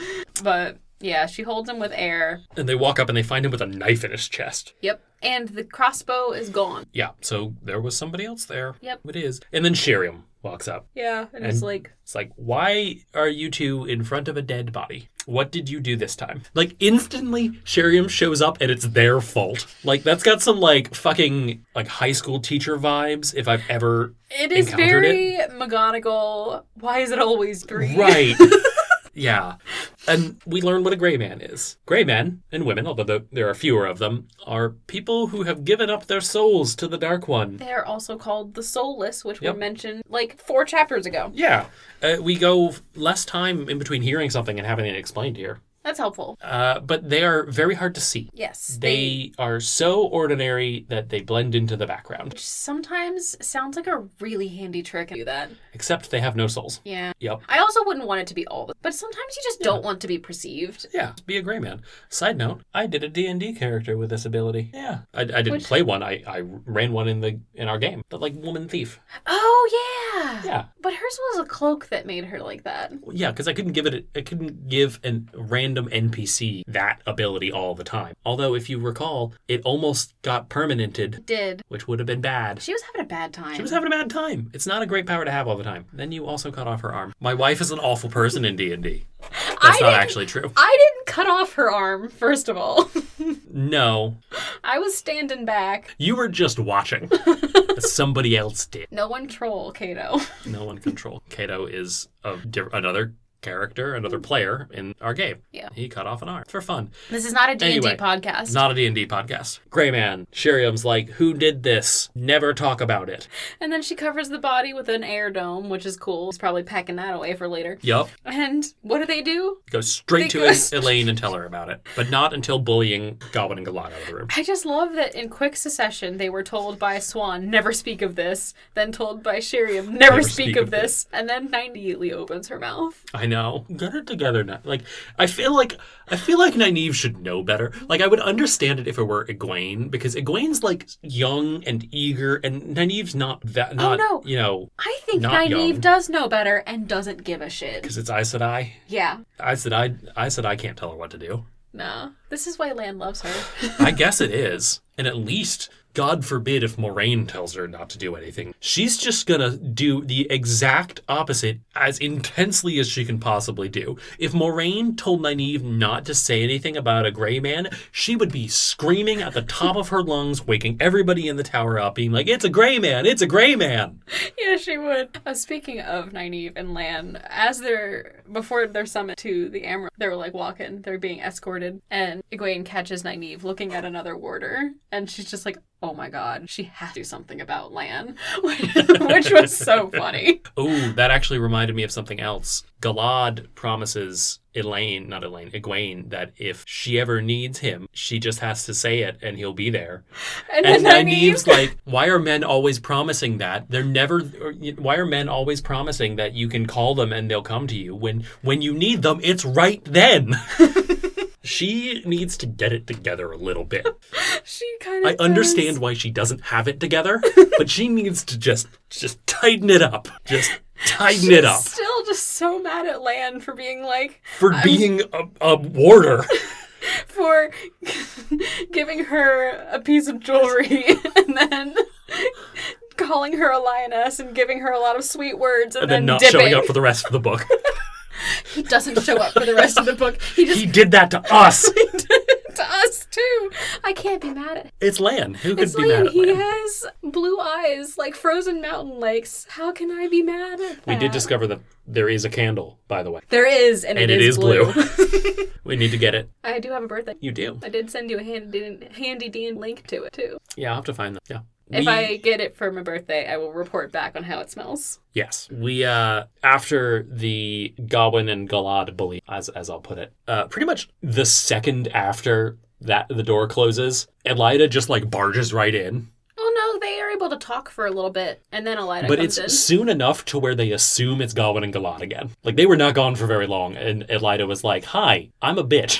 Speaker 2: But yeah, she holds him with air.
Speaker 1: And they walk up and they find him with a knife in his chest.
Speaker 2: Yep. And the crossbow is gone.
Speaker 1: Yeah. So there was somebody else there.
Speaker 2: Yep.
Speaker 1: It is. And then Shiriam walks up.
Speaker 2: Yeah, and it's
Speaker 1: And-
Speaker 2: like
Speaker 1: It's like, why are you two in front of a dead body? What did you do this time? Like, instantly, Sherium shows up and it's their fault. Like, that's got some, like, fucking, like, high school teacher vibes if I've ever.
Speaker 2: It is
Speaker 1: encountered
Speaker 2: very McGonagall. Why is it always green?
Speaker 1: Right. yeah. And we learn what a gray man is. Gray men and women, although the- there are fewer of them, are people who have given up their souls to the Dark One.
Speaker 2: They are also called the soulless, which
Speaker 1: Yep.
Speaker 2: were mentioned like four chapters ago.
Speaker 1: Yeah. Uh, we go less time in between hearing something and having it explained here.
Speaker 2: That's helpful.
Speaker 1: Uh, but they are very hard to see.
Speaker 2: Yes.
Speaker 1: They are so ordinary that they blend into the background,
Speaker 2: which sometimes sounds like a really handy trick to do that.
Speaker 1: except they have no souls.
Speaker 2: Yeah.
Speaker 1: Yep.
Speaker 2: I also wouldn't want it to be all, but sometimes you just don't want to be perceived.
Speaker 1: Yeah, be a gray man. Side note, I did a D&D character with this ability. Yeah. I, I didn't
Speaker 2: Which-
Speaker 1: play one. I, I ran one in the in our game. But like woman thief.
Speaker 2: Oh yeah.
Speaker 1: Yeah.
Speaker 2: But hers was a cloak that made her like that.
Speaker 1: Yeah, cuz I couldn't give it I couldn't give an random NPC that ability all the time. Although if you recall, it almost got permanented,
Speaker 2: Did.
Speaker 1: which would have been bad.
Speaker 2: She was having a bad time.
Speaker 1: She was having a bad time. It's not a great power to have all the time. Then you also cut off her arm. My wife is an awful person in D&D. That's
Speaker 2: I
Speaker 1: not
Speaker 2: didn't-
Speaker 1: actually true.
Speaker 2: I didn't cut off her arm, first of all.
Speaker 1: No.
Speaker 2: I was standing back.
Speaker 1: You were just watching. Somebody else did.
Speaker 2: No one troll, Kato.
Speaker 1: No one control. Kato is a diff- another character, another player in our game.
Speaker 2: Yeah.
Speaker 1: He cut off an arm for fun.
Speaker 2: This is not a D&D
Speaker 1: Anyway,
Speaker 2: podcast.
Speaker 1: It's not a D&D podcast. Gray Man, Shiriam's like, who did this? Never talk about it.
Speaker 2: And then she covers the body with an air dome, which is cool. She's probably packing that away for later.
Speaker 1: Yup.
Speaker 2: And what do they do?
Speaker 1: Go straight to E-,
Speaker 2: Because-
Speaker 1: Elaine and tell her about it. But not until bullying Goblin and Galad out of the room.
Speaker 2: I just love that in quick succession they were told by Swan, never speak of this, then told by Shiriam, never, speak, of this, and then Nine immediately opens her mouth.
Speaker 1: I know. Get it together now. Like I feel like I feel like Nynaeve should know better. Like I would understand it if it were Egwene, because Egwene's like young and eager and Nynaeve's not that not
Speaker 2: Oh, no.
Speaker 1: you know,
Speaker 2: I think
Speaker 1: Not
Speaker 2: Nynaeve
Speaker 1: young.
Speaker 2: does know better and doesn't give a shit.
Speaker 1: because it's Aes Sedai.
Speaker 2: Yeah.
Speaker 1: Aes Sedai Aes Sedai can't tell her what to do.
Speaker 2: No. This is why Lan loves her.
Speaker 1: I guess it is. And at least, God forbid if Moraine tells her not to do anything. She's just gonna do the exact opposite as intensely as she can possibly do. If Moraine told Nynaeve not to say anything about a gray man, she would be screaming at the top of her lungs, waking everybody in the tower up, being like, It's a gray man, it's a gray man.
Speaker 2: yeah, she would. Uh, speaking of Nynaeve and Lan, as they're before their summit to the Emerald, they were like walking, they're being escorted, and Egwene catches Nynaeve looking at another warder, and she's just like, "Oh my god, she has to do something about Lan," which was so funny.
Speaker 1: Oh, that actually reminded me of something else. Galad promises Elaine, not Elaine, Egwene, that if she ever needs him, she just has to say it and he'll be there.
Speaker 2: And,
Speaker 1: And
Speaker 2: then Nynaeve,
Speaker 1: Nynaeve's like, why are men always promising that? They're never. Or, y- why are men always promising that you can call them and they'll come to you when when you need them? It's right then. she needs to get it together a little bit.
Speaker 2: she kind of
Speaker 1: I understand why she doesn't have it together, but she needs to just just tighten it up. Just tighten it up
Speaker 2: Still, just so mad at Lan for being like,
Speaker 1: for being a, a warder.
Speaker 2: for giving her a piece of jewelry and then calling her a lioness and giving her a lot of sweet words and,
Speaker 1: and then not
Speaker 2: dipping.
Speaker 1: showing up for the rest of the book.
Speaker 2: he doesn't show up for the rest of the book. He just
Speaker 1: he did that to us.
Speaker 2: to us too. I can't be mad at him.
Speaker 1: It's Lan. Who could
Speaker 2: It's
Speaker 1: be
Speaker 2: Lane.
Speaker 1: mad at
Speaker 2: He
Speaker 1: Lan?
Speaker 2: has blue eyes like frozen mountain lakes. How can I be mad at that?
Speaker 1: We did discover that there is a candle, by the way,
Speaker 2: There is, and,
Speaker 1: and it is blue. we need to get it.
Speaker 2: I do have a birthday.
Speaker 1: You do.
Speaker 2: I did send you a handy handy Dean link to it too.
Speaker 1: Yeah, I'll have to find that. Yeah.
Speaker 2: If
Speaker 1: We-
Speaker 2: I get it for my birthday, I will report back on how it smells.
Speaker 1: Yes. We uh after the Gawain and Galad belief, as as I'll put it, uh pretty much the second after that the door closes, Elida just like barges right in.
Speaker 2: Oh no, they are able to talk for a little bit, and then Elida
Speaker 1: but it's
Speaker 2: comes in.
Speaker 1: soon enough to where they assume it's Gawain and Galad again. Like they were not gone for very long and Elida was like, Hi, I'm a bitch.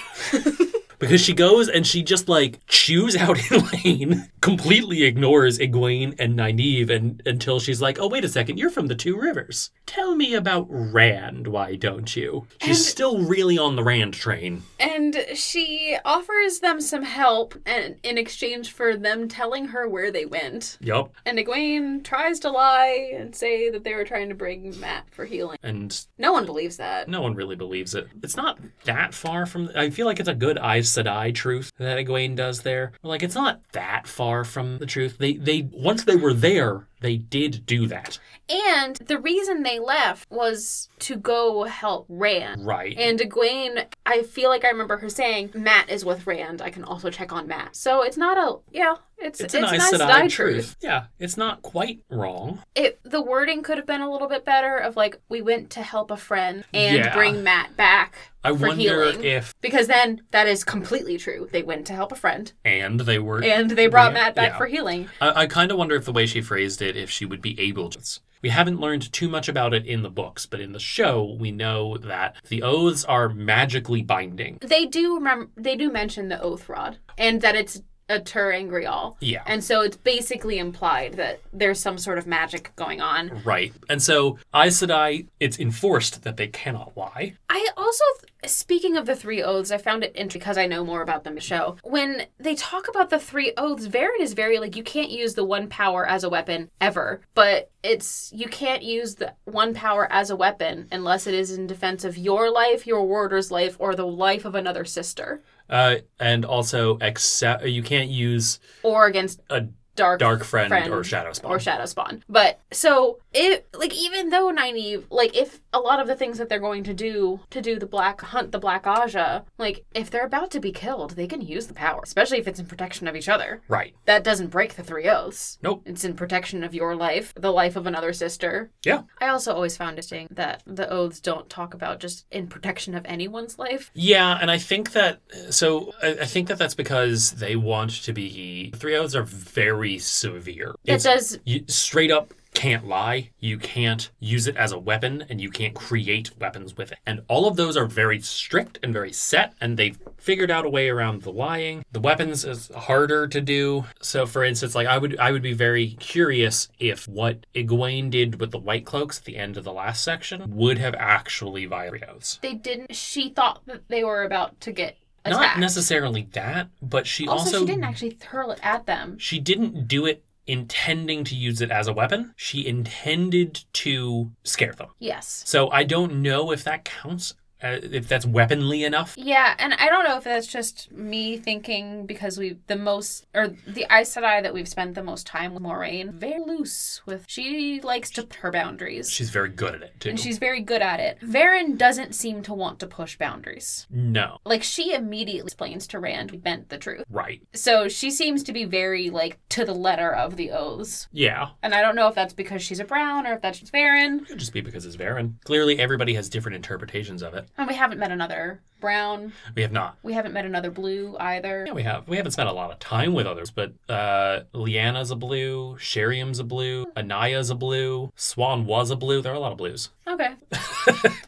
Speaker 1: Because she goes and she just like chews out Elaine, completely ignores Egwene and Nynaeve and, until she's like, oh, wait a second, you're from the Two Rivers. Tell me about Rand, why don't you? She's
Speaker 2: And-
Speaker 1: still really on the Rand train.
Speaker 2: And she offers them some help and in exchange for them telling her where they went.
Speaker 1: Yup.
Speaker 2: And Egwene tries to lie and say that they were trying to bring Matt for healing.
Speaker 1: And
Speaker 2: No one believes that.
Speaker 1: no one really believes it. It's not that far from. I feel like it's a good eyes said eye truth that Egwene does there. Like it's not that far from the truth. They they once they were there, they did do that.
Speaker 2: And the reason they left was to go help Rand.
Speaker 1: Right.
Speaker 2: And Egwene, I feel like I remember her saying, Matt is with Rand. I can also check on Matt. So it's not a, yeah, it's,
Speaker 1: it's
Speaker 2: it's,
Speaker 1: an
Speaker 2: nice,
Speaker 1: eyes said
Speaker 2: to die
Speaker 1: eye
Speaker 2: truth.
Speaker 1: truth. Yeah, it's not quite wrong.
Speaker 2: It, the wording could have been a little bit better of like, we went to help a friend and
Speaker 1: Yeah.
Speaker 2: bring Matt back
Speaker 1: I
Speaker 2: for
Speaker 1: wonder
Speaker 2: healing.
Speaker 1: if
Speaker 2: because then that is completely true. They went to help a friend
Speaker 1: and they were.
Speaker 2: and they brought
Speaker 1: Yeah,
Speaker 2: Matt back
Speaker 1: yeah.
Speaker 2: for healing.
Speaker 1: I, I kind of wonder if the way she phrased it, if she would be able to. We haven't learned too much about it in the books, but in the show, we know that the oaths are magically binding.
Speaker 2: They do remember, they do mention the oath rod and that it's a Turangrial.
Speaker 1: Yeah.
Speaker 2: And so it's basically implied that there's some sort of magic going on.
Speaker 1: Right. And so Aes Sedai, it's enforced that they cannot lie.
Speaker 2: I also, th- speaking of the three oaths, I found it interesting because I know more about them in the show. When they talk about the three oaths, Varen is very like, you can't use the one power as a weapon ever, but it's, you can't use the one power as a weapon unless it is in defense of your life, your warder's life, or the life of another sister,
Speaker 1: Uh, and also, accept, you can't use
Speaker 2: or against
Speaker 1: a
Speaker 2: dark,
Speaker 1: dark friend,
Speaker 2: Friend
Speaker 1: or shadow spawn.
Speaker 2: or Shadow Spawn. But so it like even though Nynaeve, like if a lot of the things that they're going to do to do the black hunt the black Aja, like if they're about to be killed, they can use the power. Especially if it's in protection of each other.
Speaker 1: right.
Speaker 2: That doesn't break the three oaths.
Speaker 1: Nope.
Speaker 2: It's in protection of your life, the life of another sister.
Speaker 1: Yeah.
Speaker 2: I also always found it interesting that the oaths don't talk about just in protection of anyone's life.
Speaker 1: Yeah, and I think that so I, I think that that's because they want to be the three O's are very severe.
Speaker 2: That
Speaker 1: It's
Speaker 2: does
Speaker 1: you straight up can't lie, you can't use it as a weapon, and you can't create weapons with it. And all of those are very strict and very set, and they've figured out a way around the lying. The weapons is harder to do. So for instance, like I would I would be very curious if what Egwene did with the White Cloaks at the end of the last section would have actually violated oaths.
Speaker 2: they didn't she thought that they were about to get
Speaker 1: Not
Speaker 2: attacked.
Speaker 1: necessarily that, but she
Speaker 2: also,
Speaker 1: also,
Speaker 2: she didn't actually hurl it at them.
Speaker 1: she didn't do it intending to use it as a weapon. She intended to scare them.
Speaker 2: Yes.
Speaker 1: So I don't know if that counts, uh, if that's weaponly enough.
Speaker 2: Yeah, and I don't know if that's just me thinking because we the most or the Aes Sedai that we've spent the most time with Moraine very loose with she likes to her boundaries.
Speaker 1: She's very good at it too.
Speaker 2: and she's very good at it. Varen doesn't seem to want to push boundaries.
Speaker 1: no,
Speaker 2: Like she immediately explains to Rand we bent the truth.
Speaker 1: right?
Speaker 2: So she seems to be very like to the letter of the oaths.
Speaker 1: Yeah,
Speaker 2: And I don't know if that's because she's a brown or if that's just Varen.
Speaker 1: could just be because it's Varen. Clearly, everybody has different interpretations of it.
Speaker 2: And we haven't met another brown.
Speaker 1: We have not.
Speaker 2: We haven't met another blue either.
Speaker 1: Yeah, we have. We haven't spent a lot of time with others, but uh, Liana's a blue, Sherium's a blue, Anaya's a blue, Swan was a blue. There are a lot of blues.
Speaker 2: Okay.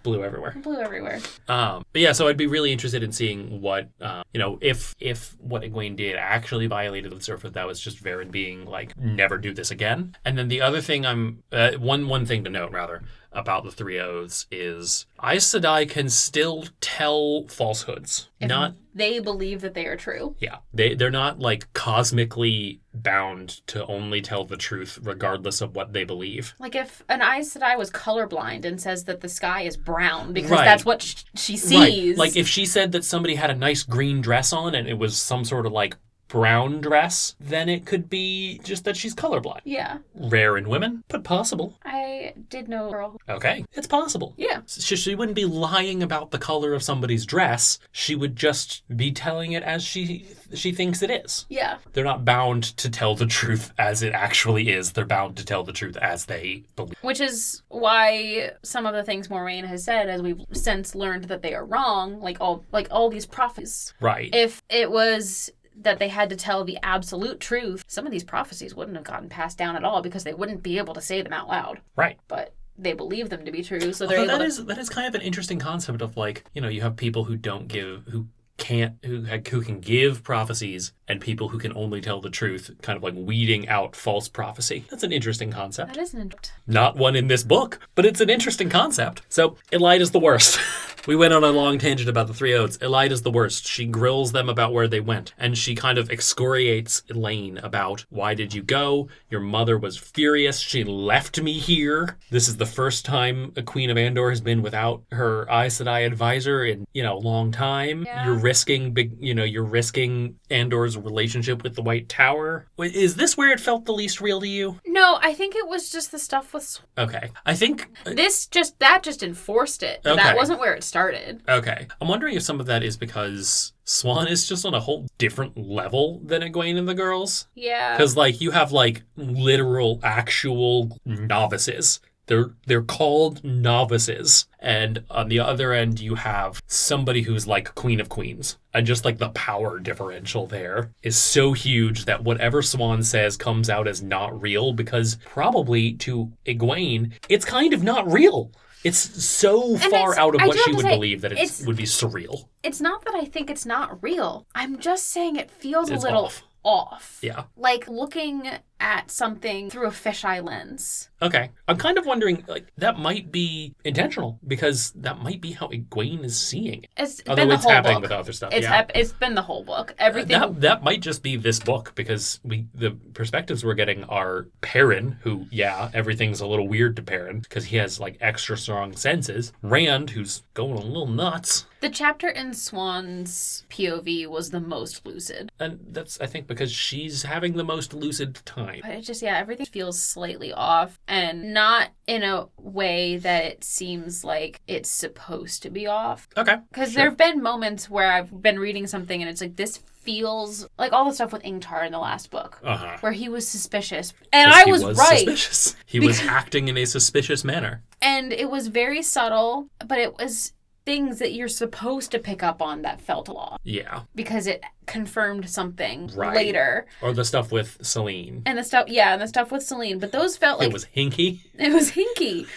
Speaker 1: Blue everywhere.
Speaker 2: Blue everywhere.
Speaker 1: Um, but yeah, so I'd be really interested in seeing what uh, you know if if what Egwene did actually violated the surface. That was just Varen being like, never do this again. And then the other thing I'm uh, one one thing to note rather about the three oaths is Aes Sedai can still tell falsehoods, not
Speaker 2: they believe that they are true.
Speaker 1: Yeah. They they're not like cosmically bound to only tell the truth regardless of what they believe.
Speaker 2: Like if an Aes Sedai was colorblind and says that the sky is brown because
Speaker 1: Right.
Speaker 2: that's what sh- she sees.
Speaker 1: Like if she said that somebody had a nice green dress on and it was some sort of like brown dress, then it could be just that she's colorblind.
Speaker 2: yeah,
Speaker 1: Rare in women, but possible.
Speaker 2: I did know a girl.
Speaker 1: Okay. It's possible.
Speaker 2: Yeah,
Speaker 1: So she wouldn't be lying about the color of somebody's dress. She would just be telling it as she she thinks it is.
Speaker 2: yeah,
Speaker 1: They're not bound to tell the truth as it actually is. They're bound to tell the truth as they believe.
Speaker 2: which is why some of the things Moraine has said, as we've since learned that they are wrong. Like all, like all these prophecies.
Speaker 1: Right.
Speaker 2: If it was that they had to tell the absolute truth, some of these prophecies wouldn't have gotten passed down at all because they wouldn't be able to say them out loud.
Speaker 1: right.
Speaker 2: But they believe them to be true, so they're
Speaker 1: Although
Speaker 2: able
Speaker 1: that
Speaker 2: to.
Speaker 1: is that is kind of an interesting concept of like you know you have people who don't give who can't who who can give prophecies and people who can only tell the truth, kind of like weeding out false prophecy. That's an interesting concept.
Speaker 2: That is an int-
Speaker 1: Not one in this book, but it's an interesting concept. So Elida's the worst. we went on a long tangent about the three odes. Elida's the worst. She grills them about where they went, and she kind of excoriates Elaine about why did you go? Your mother was furious. She left me here. This is the first time a Queen of Andor has been without her Aes Sedai advisor in, you know, a long time.
Speaker 2: Yeah.
Speaker 1: You're risking big you know, you're risking Andor's relationship with the White Tower. Wait, Is this where it felt the least real to you?
Speaker 2: No, I think it was just the stuff with sw-
Speaker 1: Okay. I think
Speaker 2: this. Just that just enforced it. but That
Speaker 1: Uh, Okay.
Speaker 2: wasn't where it started.
Speaker 1: Okay. I'm wondering if some of that is because Swan is just on a whole different level than Egwene and the girls.
Speaker 2: Yeah,
Speaker 1: Because like you have like literal actual novices. They're they're called novices. And on the other end you have somebody who's like Queen of Queens. And just like the power differential there is so huge that whatever Swan says comes out as not real because probably to Egwene, it's kind of not real. It's so far
Speaker 2: it's-
Speaker 1: out of
Speaker 2: I
Speaker 1: what
Speaker 2: do have
Speaker 1: she
Speaker 2: to
Speaker 1: would
Speaker 2: say,
Speaker 1: believe that it
Speaker 2: it's-
Speaker 1: would be surreal.
Speaker 2: it's not that I think it's not real. I'm just saying it feels
Speaker 1: It's
Speaker 2: a little
Speaker 1: off.
Speaker 2: off.
Speaker 1: Yeah.
Speaker 2: Like looking at something through a fisheye lens.
Speaker 1: Okay. I'm kind of wondering, like, that might be intentional because that might be how Egwene is seeing it.
Speaker 2: It's
Speaker 1: Although
Speaker 2: been the
Speaker 1: it's
Speaker 2: whole
Speaker 1: happening
Speaker 2: book.
Speaker 1: with other stuff.
Speaker 2: It's
Speaker 1: yeah.
Speaker 2: ep- it's been the whole book. Everything.
Speaker 1: that, that might just be this book because we the perspectives we're getting are Perrin, who yeah, everything's a little weird to Perrin because he has like extra strong senses. Rand, who's going a little nuts,
Speaker 2: The chapter in Swan's POV was the most lucid,
Speaker 1: and that's I think because she's having the most lucid time.
Speaker 2: but it just yeah everything feels slightly off, and not in a way that it seems like it's supposed to be off.
Speaker 1: Okay.
Speaker 2: Because
Speaker 1: Sure.
Speaker 2: there have been moments where I've been reading something and it's like, this feels like all the stuff with Ingtar in the last book,
Speaker 1: Uh huh.
Speaker 2: where he was suspicious. And I was, right.
Speaker 1: Suspicious. He was acting in a suspicious manner.
Speaker 2: And it was very subtle, but it was things that you're supposed to pick up on that felt a lot
Speaker 1: Yeah.
Speaker 2: because it confirmed something
Speaker 1: Right.
Speaker 2: later.
Speaker 1: Or the stuff with Celine.
Speaker 2: And the stuff, yeah, and the stuff with Celine, but those felt like
Speaker 1: it was hinky.
Speaker 2: It was hinky.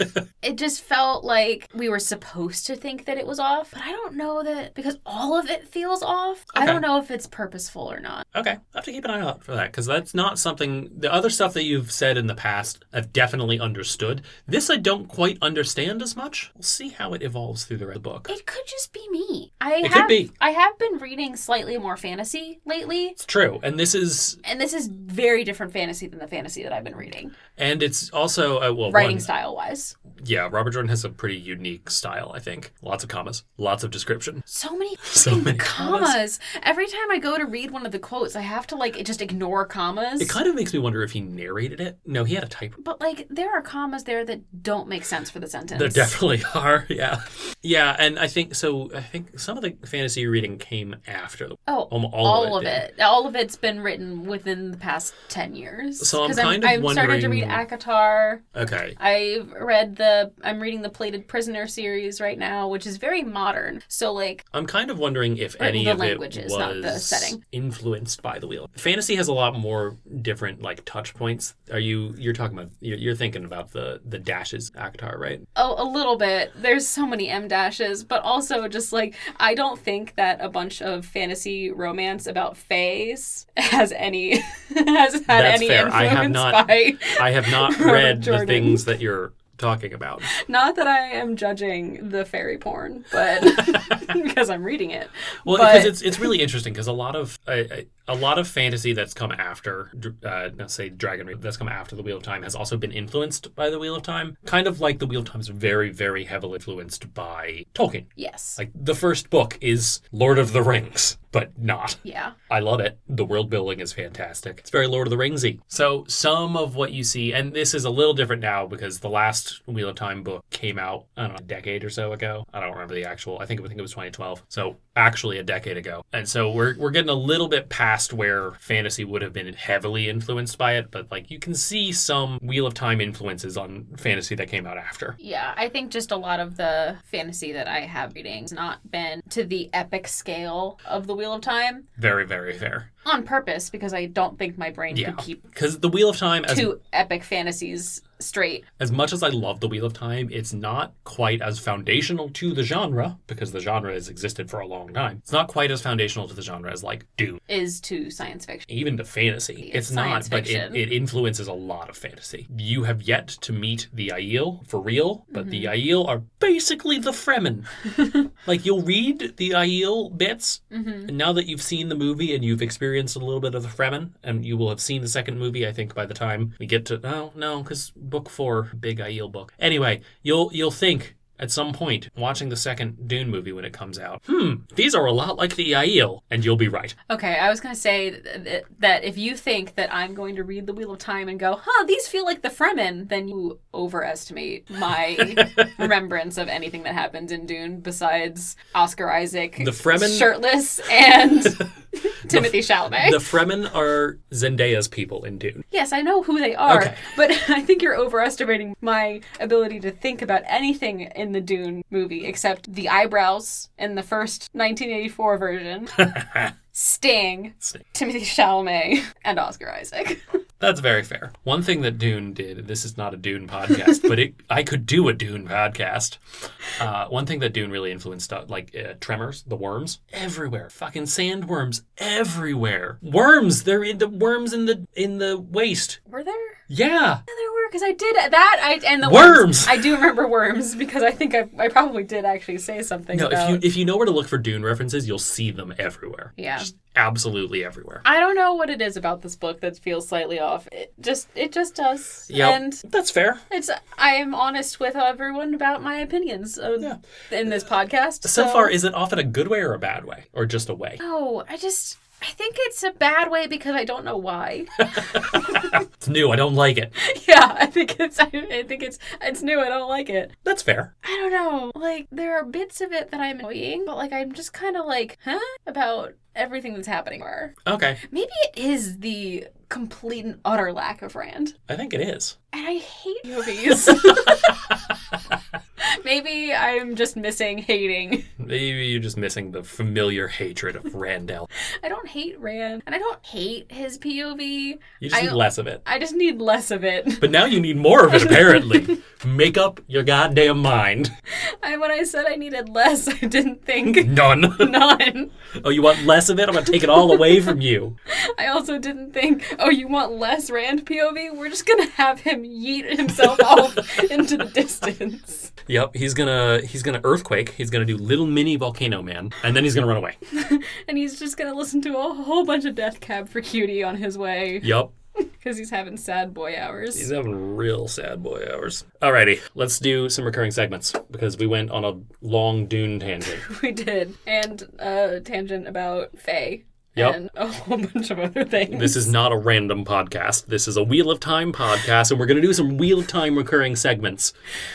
Speaker 2: it just felt like we were supposed to think that it was off, but I don't know that because all of it feels off. I
Speaker 1: Okay.
Speaker 2: don't know if it's purposeful or not.
Speaker 1: Okay, I have to keep an eye out for that because that's not something. The other stuff that you've said in the past, I've definitely understood. This I don't quite understand as much. We'll see how it evolves through the rest of the book.
Speaker 2: It could just be me. I
Speaker 1: It could
Speaker 2: have
Speaker 1: be.
Speaker 2: I have been reading slightly more fantasy lately,
Speaker 1: It's true, and this is,
Speaker 2: and this is very different fantasy than the fantasy that I've been reading,
Speaker 1: and it's also uh, well,
Speaker 2: writing
Speaker 1: one-
Speaker 2: style wise.
Speaker 1: Yeah, Robert Jordan has a pretty unique style. I think lots of commas, lots of description.
Speaker 2: So many
Speaker 1: So
Speaker 2: fucking
Speaker 1: many commas.
Speaker 2: commas. Every time I go to read one of the quotes, I have to like just ignore commas.
Speaker 1: It kind of makes me wonder if he narrated it. No, he had a type.
Speaker 2: but like there are commas there that don't make sense for the sentence.
Speaker 1: There definitely are, yeah, yeah, and I think so. I think some of the fantasy reading came after the
Speaker 2: Oh,
Speaker 1: Almo- all
Speaker 2: all,
Speaker 1: of
Speaker 2: of
Speaker 1: it
Speaker 2: it. All of it's been written within the past 10 years.
Speaker 1: So I'm
Speaker 2: 'Cause
Speaker 1: kind of
Speaker 2: I'm started to read
Speaker 1: wondering-
Speaker 2: ACOTAR.
Speaker 1: Okay,
Speaker 2: I've read the, I'm reading the Plated Prisoner series right now, which is very modern. So, like,
Speaker 1: I'm kind of wondering if
Speaker 2: Right,
Speaker 1: any
Speaker 2: the
Speaker 1: of it
Speaker 2: language
Speaker 1: was
Speaker 2: is not the setting.
Speaker 1: influenced by the wheel. Fantasy has a lot more different like touch points. Are you you're talking about you're, you're thinking about the the dashes Akhtar, right?
Speaker 2: oh, a little bit. There's so many M dashes, but also just like, I don't think that a bunch of fantasy romance about fays has any, has had
Speaker 1: That's
Speaker 2: any
Speaker 1: fair.
Speaker 2: influence
Speaker 1: I have not-
Speaker 2: by.
Speaker 1: I have not
Speaker 2: Robert
Speaker 1: read the
Speaker 2: Jordan.
Speaker 1: things that you're talking about.
Speaker 2: Not that I am judging the fairy porn, but because I'm reading it.
Speaker 1: Well,
Speaker 2: But-
Speaker 1: because it's it's really interesting because a lot of a, a lot of fantasy that's come after, uh, let's say Dragon that's come after the Wheel of Time has also been influenced by the Wheel of Time. Kind of like the Wheel of Time is very very heavily influenced by Tolkien.
Speaker 2: Yes.
Speaker 1: Like the first book is Lord of the Rings, but not.
Speaker 2: yeah.
Speaker 1: I love it. The world building is fantastic. It's very Lord of the Ringsy. So some of what you see, and this is a little different now because the last Wheel of Time book came out I don't know, a decade or so ago. I don't remember the actual. I think I think it was 2012. So actually a decade ago. And so we're we're getting a little bit past where fantasy would have been heavily influenced by it, but like you can see some Wheel of Time influences on fantasy that came out after.
Speaker 2: Yeah, I think just a lot of the fantasy that I have reading has not been to the epic scale of the Wheel of Time
Speaker 1: Very very fair.
Speaker 2: on purpose because I don't think my brain
Speaker 1: Yeah.
Speaker 2: could keep
Speaker 1: Because the Wheel of Time as
Speaker 2: two epic fantasies straight.
Speaker 1: as much as I love The Wheel of Time, it's not quite as foundational to the genre because the genre has existed for a long time. It's not quite as foundational to the genre as like Dune,
Speaker 2: Is to science fiction.
Speaker 1: even to fantasy.
Speaker 2: It's
Speaker 1: It's, not,
Speaker 2: science
Speaker 1: but it,
Speaker 2: fiction.
Speaker 1: it influences a lot of fantasy. You have yet to meet the Aiel for real, but the
Speaker 2: Mm-hmm.
Speaker 1: Aiel are basically the Fremen. like you'll read the Aiel bits,
Speaker 2: Mm-hmm.
Speaker 1: and now that you've seen the movie and you've experienced a little bit of the Fremen, and you will have seen the second movie, I think, by the time we get to oh no, because book four, big Aiel book. Anyway, you'll you'll think at some point watching the second Dune movie when it comes out, hmm, these are a lot like the Aiel, and you'll be right.
Speaker 2: Okay, I was going to say th- th- that if you think that I'm going to read The Wheel of Time and go, huh, these feel like the Fremen, then you overestimate my remembrance of anything that happened in Dune besides Oscar Isaac,
Speaker 1: The Fremen-
Speaker 2: shirtless, and Timothy Chalamet.
Speaker 1: The Fremen are Zendaya's people in Dune.
Speaker 2: yes, I know who they are,
Speaker 1: Okay.
Speaker 2: but I think you're overestimating my ability to think about anything in the Dune movie except the eyebrows in the first 1984 version, Sting,
Speaker 1: Sting.
Speaker 2: Timothy Chalamet, and Oscar Isaac.
Speaker 1: That's very fair. One thing that Dune did, this is not a Dune podcast, but it, I could do a Dune podcast. Uh, one thing that Dune really influenced, uh, like uh, Tremors, the worms everywhere, fucking sandworms everywhere. Worms, they're in the worms in the in the waste.
Speaker 2: Were there?
Speaker 1: Yeah,
Speaker 2: Yeah, there were because I did that. I and the
Speaker 1: Worms!
Speaker 2: I do remember worms because I think I, I probably did actually say something
Speaker 1: no.
Speaker 2: about.
Speaker 1: If you if you know where to look for Dune references, you'll see them everywhere.
Speaker 2: Yeah.
Speaker 1: just absolutely everywhere.
Speaker 2: I don't know what it is about this book that feels slightly off. It just it just does.
Speaker 1: Yeah,
Speaker 2: And
Speaker 1: that's fair.
Speaker 2: it's I am honest with everyone about my opinions of,
Speaker 1: Yeah.
Speaker 2: in this podcast.
Speaker 1: So far, is it often a good way or a bad way, or just a way?
Speaker 2: no, I just I think it's a bad way because I don't know why.
Speaker 1: It's new. I don't like it.
Speaker 2: yeah, I think it's I, I think it's it's new. I don't like it.
Speaker 1: That's fair.
Speaker 2: I don't know. Like there are bits of it that I'm enjoying, but like I'm just kind of like, huh, about everything that's happening. Or
Speaker 1: Okay,
Speaker 2: maybe it is the complete and utter lack of Rand,
Speaker 1: I think it is.
Speaker 2: and I hate movies. maybe I'm just missing hating.
Speaker 1: Maybe you're just missing the familiar hatred of Randall.
Speaker 2: I don't hate Rand, and I don't hate his POV.
Speaker 1: You just
Speaker 2: I-
Speaker 1: need less of it.
Speaker 2: I just need less of it.
Speaker 1: But now you need more of it, apparently. Make up your goddamn mind.
Speaker 2: And when I said I needed less, I didn't think
Speaker 1: None.
Speaker 2: none.
Speaker 1: oh, you want less of it? I'm going to take it all away from you.
Speaker 2: I also didn't think, oh, you want less Rand POV? We're just gonna have him yeet himself off into the distance.
Speaker 1: Yep, he's going to he's going to earthquake. He's going to do little mini volcano man and then he's going to run away.
Speaker 2: And he's just gonna listen to a whole bunch of Death Cab for Cutie on his way
Speaker 1: Yep.
Speaker 2: because he's having sad boy
Speaker 1: He's
Speaker 2: hours.
Speaker 1: having real sad boy hours. Alrighty, let's do some recurring segments because we went on a long dune tangent.
Speaker 2: We did. And a tangent about Faye.
Speaker 1: Yep.
Speaker 2: And a whole bunch of other things.
Speaker 1: This is not a random podcast. This is a Wheel of Time podcast, and we're going to do some Wheel of Time recurring segments.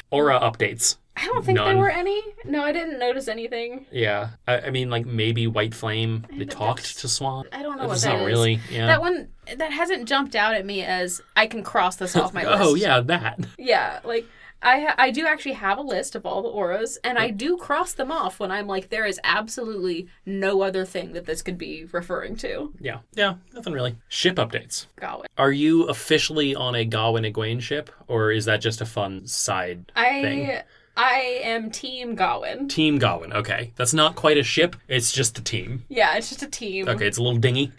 Speaker 1: Aura updates.
Speaker 2: I don't think
Speaker 1: None.
Speaker 2: there were any. No, I didn't notice anything.
Speaker 1: Yeah. I, I mean, like maybe White Flame. They
Speaker 2: but that's-
Speaker 1: talked to Swan.
Speaker 2: I don't know what
Speaker 1: It's
Speaker 2: that
Speaker 1: not
Speaker 2: is.
Speaker 1: really. Yeah.
Speaker 2: That one that hasn't jumped out at me as I can cross this off my list.
Speaker 1: oh, yeah, that.
Speaker 2: Yeah, like I ha- I do actually have a list of all the auras, and I do cross them off when I'm like, there is absolutely no other thing that this could be referring to.
Speaker 1: Yeah. Yeah, nothing really. Ship updates.
Speaker 2: Gawain.
Speaker 1: Are you officially on a Gawain Egwene ship, or is that just a fun side?
Speaker 2: I
Speaker 1: Thing.
Speaker 2: I am Team Gawain.
Speaker 1: Team Gawain. Okay. That's not quite a ship, it's just a team.
Speaker 2: Yeah, it's just a team.
Speaker 1: Okay, it's a little dinghy.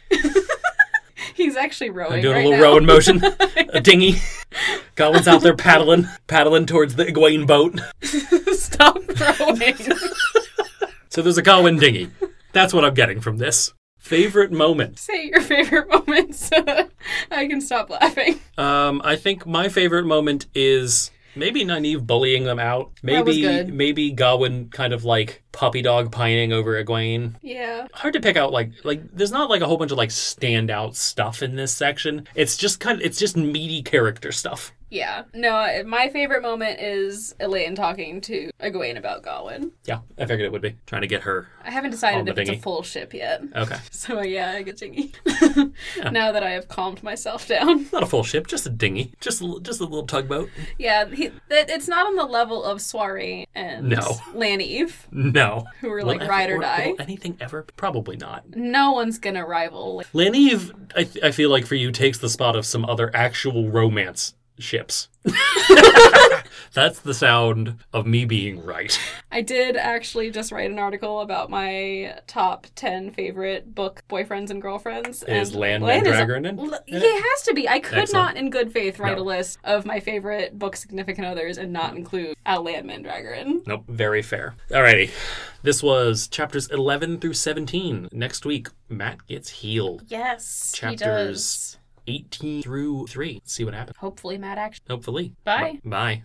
Speaker 2: He's actually rowing.
Speaker 1: I'm doing
Speaker 2: right
Speaker 1: a little
Speaker 2: now.
Speaker 1: rowing motion. a dinghy. Godwin's out there paddling, paddling towards the Egwene boat.
Speaker 2: Stop throwing.
Speaker 1: So there's a Godwin dinghy. That's what I'm getting from this. Favorite moment.
Speaker 2: Say your favorite moment so that I can stop laughing.
Speaker 1: Um, I think my favorite moment is maybe Nynaeve bullying them out.
Speaker 2: That was
Speaker 1: Maybe
Speaker 2: good.
Speaker 1: maybe Godwin kind of like puppy dog pining over Egwene.
Speaker 2: Yeah.
Speaker 1: hard to pick out like like there's not like a whole bunch of like standout stuff in this section it's just kind of it's just meaty character stuff
Speaker 2: Yeah. No, I- my favorite moment is Elaine talking to Egwene about Gawain.
Speaker 1: yeah i figured it would be trying to get her
Speaker 2: I haven't
Speaker 1: On
Speaker 2: decided
Speaker 1: the
Speaker 2: if it's a
Speaker 1: dinghy.
Speaker 2: full ship yet.
Speaker 1: okay
Speaker 2: So uh, yeah, I get dingy. Now that I have calmed myself down.
Speaker 1: not a full ship just a dinghy just a, l- just a little tugboat
Speaker 2: Yeah, he, it, it's not on the level of Soiree and
Speaker 1: No.
Speaker 2: Lan Eve,
Speaker 1: no
Speaker 2: who were
Speaker 1: Will
Speaker 2: like
Speaker 1: ever-
Speaker 2: ride or
Speaker 1: will-
Speaker 2: die.
Speaker 1: will anything ever probably not
Speaker 2: No one's gonna rival. Like,
Speaker 1: Lanive, I, th- I feel like for you takes the spot of some other actual romance ships that's the sound of me being right
Speaker 2: I did actually just write an article about my top ten favorite book boyfriends and girlfriends.
Speaker 1: Is
Speaker 2: and
Speaker 1: Lan
Speaker 2: Lan is-
Speaker 1: Mandragoran in-
Speaker 2: L-
Speaker 1: in
Speaker 2: He has to be. I could
Speaker 1: Excellent.
Speaker 2: not, in good faith, write
Speaker 1: No.
Speaker 2: a list of my favorite book significant others and not include Al Lan Mandragoran.
Speaker 1: Nope. Very fair. Alrighty. This was chapters 11 through 17. Next week, Matt gets healed.
Speaker 2: Yes,
Speaker 1: he Chapters. does. 18 through 3. Let's see what happens.
Speaker 2: Hopefully, Matt actually.
Speaker 1: Hopefully.
Speaker 2: Bye.
Speaker 1: B- bye.